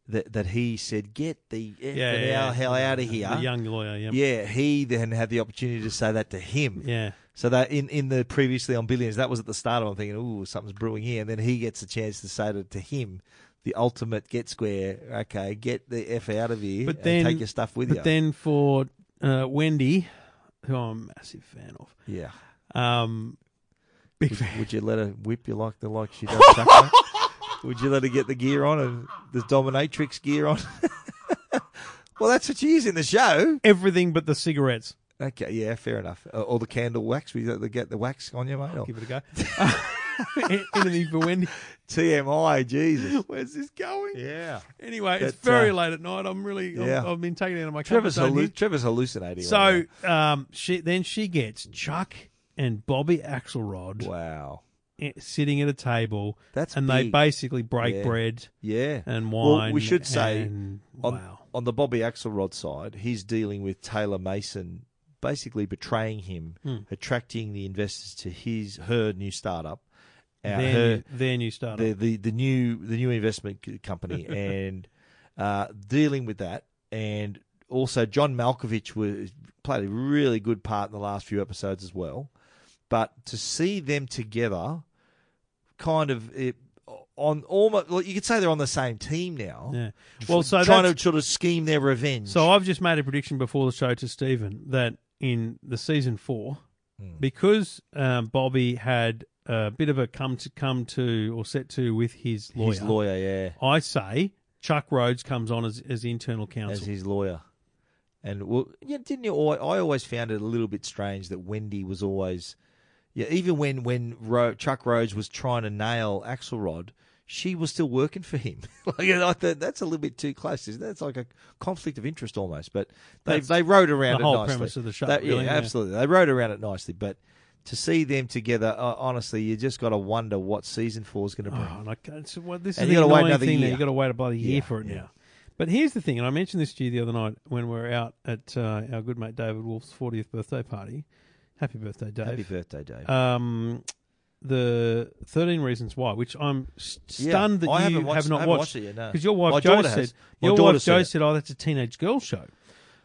Speaker 3: that that he said, "Get the F
Speaker 2: yeah,
Speaker 3: and
Speaker 2: yeah,
Speaker 3: our hell out of here."
Speaker 2: The young lawyer, yeah.
Speaker 3: yeah, he then had the opportunity to say that to him.
Speaker 2: Yeah.
Speaker 3: So that in, in the previously on Billions, that was at the start. I'm thinking, ooh, something's brewing here, and then he gets a chance to say to, to him, the ultimate get square. Okay, get the f out of here,
Speaker 2: But
Speaker 3: and
Speaker 2: then-
Speaker 3: take your stuff with
Speaker 2: But
Speaker 3: you.
Speaker 2: then for uh, Wendy, who I'm a massive fan of,
Speaker 3: yeah,
Speaker 2: um, big
Speaker 3: would,
Speaker 2: fan.
Speaker 3: would you let her whip you like the like she does? Chuck? would you let her get the gear on and the dominatrix gear on? well, that's what she is in the show.
Speaker 2: Everything but the cigarettes.
Speaker 3: Okay, yeah, fair enough. Or, or the candle wax. We let the- get the wax on you, mate. Or-
Speaker 2: Give it a go. Anything for Wendy.
Speaker 3: TMI, Jesus.
Speaker 2: Where's this going?
Speaker 3: Yeah,
Speaker 2: Anyway, it's
Speaker 3: But,
Speaker 2: very
Speaker 3: uh,
Speaker 2: late at night. I'm really,
Speaker 3: yeah.
Speaker 2: I'm, I've been taken out of my comfort
Speaker 3: Trevor's,
Speaker 2: zone. here.
Speaker 3: hallu- Trevor's hallucinating. right
Speaker 2: So um, she then she gets Chuck and Bobby Axelrod
Speaker 3: now. wow.
Speaker 2: i- sitting at a table,
Speaker 3: That's
Speaker 2: and they
Speaker 3: big.
Speaker 2: basically break
Speaker 3: Yeah.
Speaker 2: bread
Speaker 3: yeah.
Speaker 2: and wine.
Speaker 3: Well, we should say
Speaker 2: and-
Speaker 3: on,
Speaker 2: wow.
Speaker 3: on the Bobby Axelrod side, he's dealing with Taylor Mason basically betraying him,
Speaker 2: Hmm.
Speaker 3: attracting the investors to his her new startup, uh,
Speaker 2: Their,
Speaker 3: her-
Speaker 2: new, their new startup.
Speaker 3: the, the the new the new investment c- company and uh, dealing with that and also John Malkovich was played a really good part in the last few episodes as well, but to see them together, kind of it, on almost well, you could say they're on the same team now.
Speaker 2: yeah. Well, so
Speaker 3: trying
Speaker 2: that's-
Speaker 3: to sort of scheme their revenge.
Speaker 2: So I've just made a prediction before the show to Stephen that in the season four,
Speaker 3: Hmm.
Speaker 2: because um, Bobby had a bit of a come to come to or set to with his lawyer,
Speaker 3: his lawyer, yeah,
Speaker 2: I say Chuck Rhodes comes on as, as internal
Speaker 3: as
Speaker 2: counsel.
Speaker 3: his lawyer. And well, yeah, didn't you? al- I always found it a little bit strange that Wendy was always, Yeah, even when when Ro- Chuck Rhodes was trying to nail Axelrod, she was still working for him. like, you know, I thought that's a little bit too close. Isn't That's like a conflict of interest almost. But they
Speaker 2: That's
Speaker 3: they rode around
Speaker 2: the
Speaker 3: it
Speaker 2: whole
Speaker 3: nicely.
Speaker 2: premise of the show,
Speaker 3: That-
Speaker 2: really,
Speaker 3: yeah,
Speaker 2: yeah.
Speaker 3: absolutely. They rode around it nicely, but. To see them together, uh, honestly, you just got to wonder what season four is going to bring.
Speaker 2: Oh, and I can't- so what, this
Speaker 3: And
Speaker 2: is
Speaker 3: you
Speaker 2: the
Speaker 3: gotta wait
Speaker 2: annoying
Speaker 3: another
Speaker 2: thing. Now.
Speaker 3: year.
Speaker 2: You got to wait a bloody year
Speaker 3: Yeah,
Speaker 2: for it
Speaker 3: yeah.
Speaker 2: now. But here's the thing, and I mentioned this to you the other night when we were out at uh, our good mate David Wolf's 40th birthday party. Happy birthday, Dave!
Speaker 3: Happy birthday, Dave.
Speaker 2: um, the 13 Reasons Why, which I'm s-
Speaker 3: Yeah,
Speaker 2: stunned that
Speaker 3: I
Speaker 2: you
Speaker 3: haven't watched-
Speaker 2: have not
Speaker 3: I haven't watched it yet, no.
Speaker 2: Because your wife
Speaker 3: My
Speaker 2: Jo
Speaker 3: daughter
Speaker 2: said,
Speaker 3: has. My
Speaker 2: your
Speaker 3: daughter
Speaker 2: wife
Speaker 3: said
Speaker 2: Jo
Speaker 3: it.
Speaker 2: said, oh, that's a teenage girl show.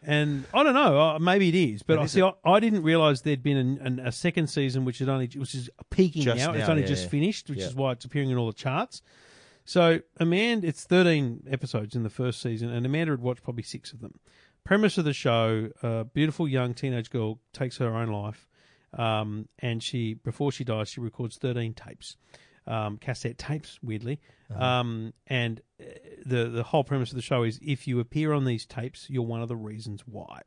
Speaker 2: And I don't know, uh, maybe it is, but I
Speaker 3: is
Speaker 2: see. I, I didn't realize there'd been an, an, a second season, which is only which is peaking
Speaker 3: Just
Speaker 2: now. It's
Speaker 3: now,
Speaker 2: only
Speaker 3: yeah,
Speaker 2: just
Speaker 3: yeah.
Speaker 2: finished, which
Speaker 3: Yeah.
Speaker 2: is why it's appearing in all the charts. So Amanda, it's 13 episodes in the first season, and Amanda had watched probably six of them. Premise of the show: a beautiful young teenage girl takes her own life, um, and she before she dies, she records 13 tapes, um, cassette tapes, weirdly.
Speaker 3: Uh-huh.
Speaker 2: Um, and uh, the the whole premise of the show is if you appear on these tapes, you're one of the reasons why.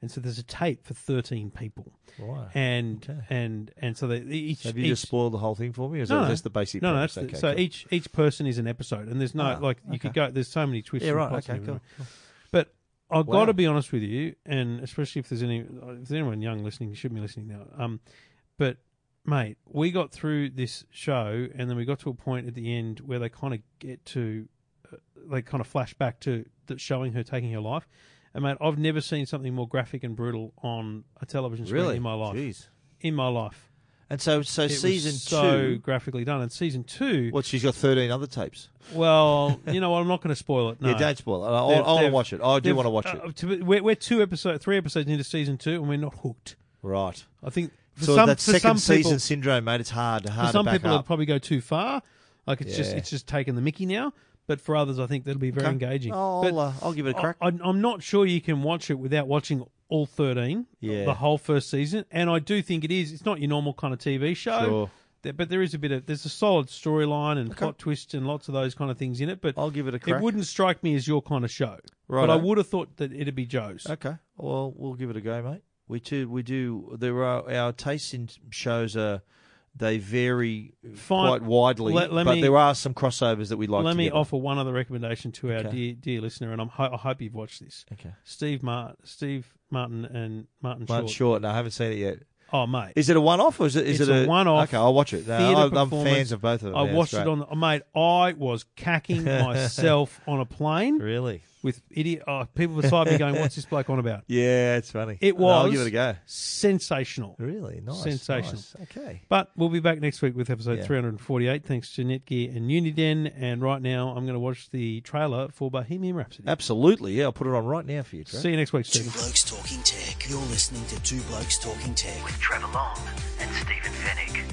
Speaker 2: And so there's a tape for 13 people,
Speaker 3: Wow.
Speaker 2: and and and so they each
Speaker 3: Have you
Speaker 2: each,
Speaker 3: just spoiled the whole thing for me? Or is that just the basic
Speaker 2: no, no,
Speaker 3: premise?
Speaker 2: that's the-
Speaker 3: Okay,
Speaker 2: so
Speaker 3: cool.
Speaker 2: each each person is an episode, and there's no
Speaker 3: Ah,
Speaker 2: like you could go. There's so many twists.
Speaker 3: Yeah,
Speaker 2: and
Speaker 3: right.
Speaker 2: plots and
Speaker 3: Okay, cool.
Speaker 2: everything. But I've
Speaker 3: Wow.
Speaker 2: got to be honest with you, and especially if there's any if there's anyone young listening, you should be listening now. Um, but mate, we got through this show, and then we got to a point at the end where they kind of get to, uh, they kind of flash back to the, showing her taking her life. And mate, I've never seen something more graphic and brutal on a television screen
Speaker 3: Really?
Speaker 2: in my life.
Speaker 3: Jeez.
Speaker 2: In my life,
Speaker 3: And so, so
Speaker 2: It was
Speaker 3: season
Speaker 2: so
Speaker 3: two.
Speaker 2: graphically done. And season two,
Speaker 3: What? She's got thirteen other tapes.
Speaker 2: well, you know, what, I'm not going to spoil it. No.
Speaker 3: Yeah, don't spoil it. I,
Speaker 2: They've-
Speaker 3: want to
Speaker 2: they've-
Speaker 3: watch it. I do
Speaker 2: they've-
Speaker 3: want to watch
Speaker 2: uh,
Speaker 3: it.
Speaker 2: to be- we're, we're two episodes, three episodes into season two, and we're not hooked.
Speaker 3: Right.
Speaker 2: I think for
Speaker 3: So
Speaker 2: some,
Speaker 3: that
Speaker 2: for
Speaker 3: second
Speaker 2: some
Speaker 3: season
Speaker 2: people,
Speaker 3: syndrome, mate. It's hard. Hard
Speaker 2: for some
Speaker 3: to back
Speaker 2: people, it'll
Speaker 3: up.
Speaker 2: probably go too far. Like it's just
Speaker 3: Yeah.
Speaker 2: it's just taking the Mickey now. But for others, I think that'll be very
Speaker 3: Okay.
Speaker 2: engaging.
Speaker 3: Oh,
Speaker 2: But
Speaker 3: I'll, uh, I'll give it a crack.
Speaker 2: I, I'm- I'm not sure you can watch it without watching all 13,
Speaker 3: Yeah.
Speaker 2: the whole first season. And I do think it is. It's not your normal kind of TV show.
Speaker 3: Sure.
Speaker 2: There- But there is a bit of there's a solid storyline and plot twists and lots of those kind of things in it. But
Speaker 3: I'll give it a crack.
Speaker 2: oh, It wouldn't strike me as your kind of show. But
Speaker 3: Righto.
Speaker 2: I would have thought that it'd be Joe's.
Speaker 3: Okay. Well, we'll give it a go, mate. We too. We do. There are our tastes in shows are they vary
Speaker 2: Fine.
Speaker 3: quite widely,
Speaker 2: Let- let
Speaker 3: but
Speaker 2: me-
Speaker 3: there are some crossovers that we like.
Speaker 2: Let me
Speaker 3: together.
Speaker 2: offer one other recommendation to our
Speaker 3: Okay.
Speaker 2: dear dear listener, and I'm ho- I hope you've watched this.
Speaker 3: Okay.
Speaker 2: Steve Martin, Steve Martin, and Martin,
Speaker 3: Martin
Speaker 2: Short.
Speaker 3: Short. No, I haven't seen it yet.
Speaker 2: Oh mate,
Speaker 3: Is it a one-off or is it? Is
Speaker 2: It's a
Speaker 3: it
Speaker 2: one-off
Speaker 3: Okay, I'll watch it. No,
Speaker 2: theatre
Speaker 3: I, I'm
Speaker 2: performance.
Speaker 3: fans of both of them.
Speaker 2: I
Speaker 3: yeah,
Speaker 2: watched
Speaker 3: that's
Speaker 2: it
Speaker 3: great.
Speaker 2: on the, mate. I was cacking myself on a plane
Speaker 3: Really?
Speaker 2: with idiot oh, people beside me going, "What's this bloke on about?"
Speaker 3: Yeah, it's funny.
Speaker 2: It
Speaker 3: No,
Speaker 2: was
Speaker 3: I'll give it a go.
Speaker 2: sensational.
Speaker 3: Really nice.
Speaker 2: Sensational.
Speaker 3: nice. Okay.
Speaker 2: But we'll be back next week with episode
Speaker 3: Yeah.
Speaker 2: 348. Thanks to Netgear and Uniden. And right now, I'm going to watch the trailer for Bohemian Rhapsody.
Speaker 3: Absolutely. Yeah, I'll put it on right now for you. Trent.
Speaker 2: See you next week,
Speaker 1: Two
Speaker 2: Steve.
Speaker 1: Blokes Talking Tech. You're listening to Two Blokes Talking Tech with Trevor Long and Stephen Fennick.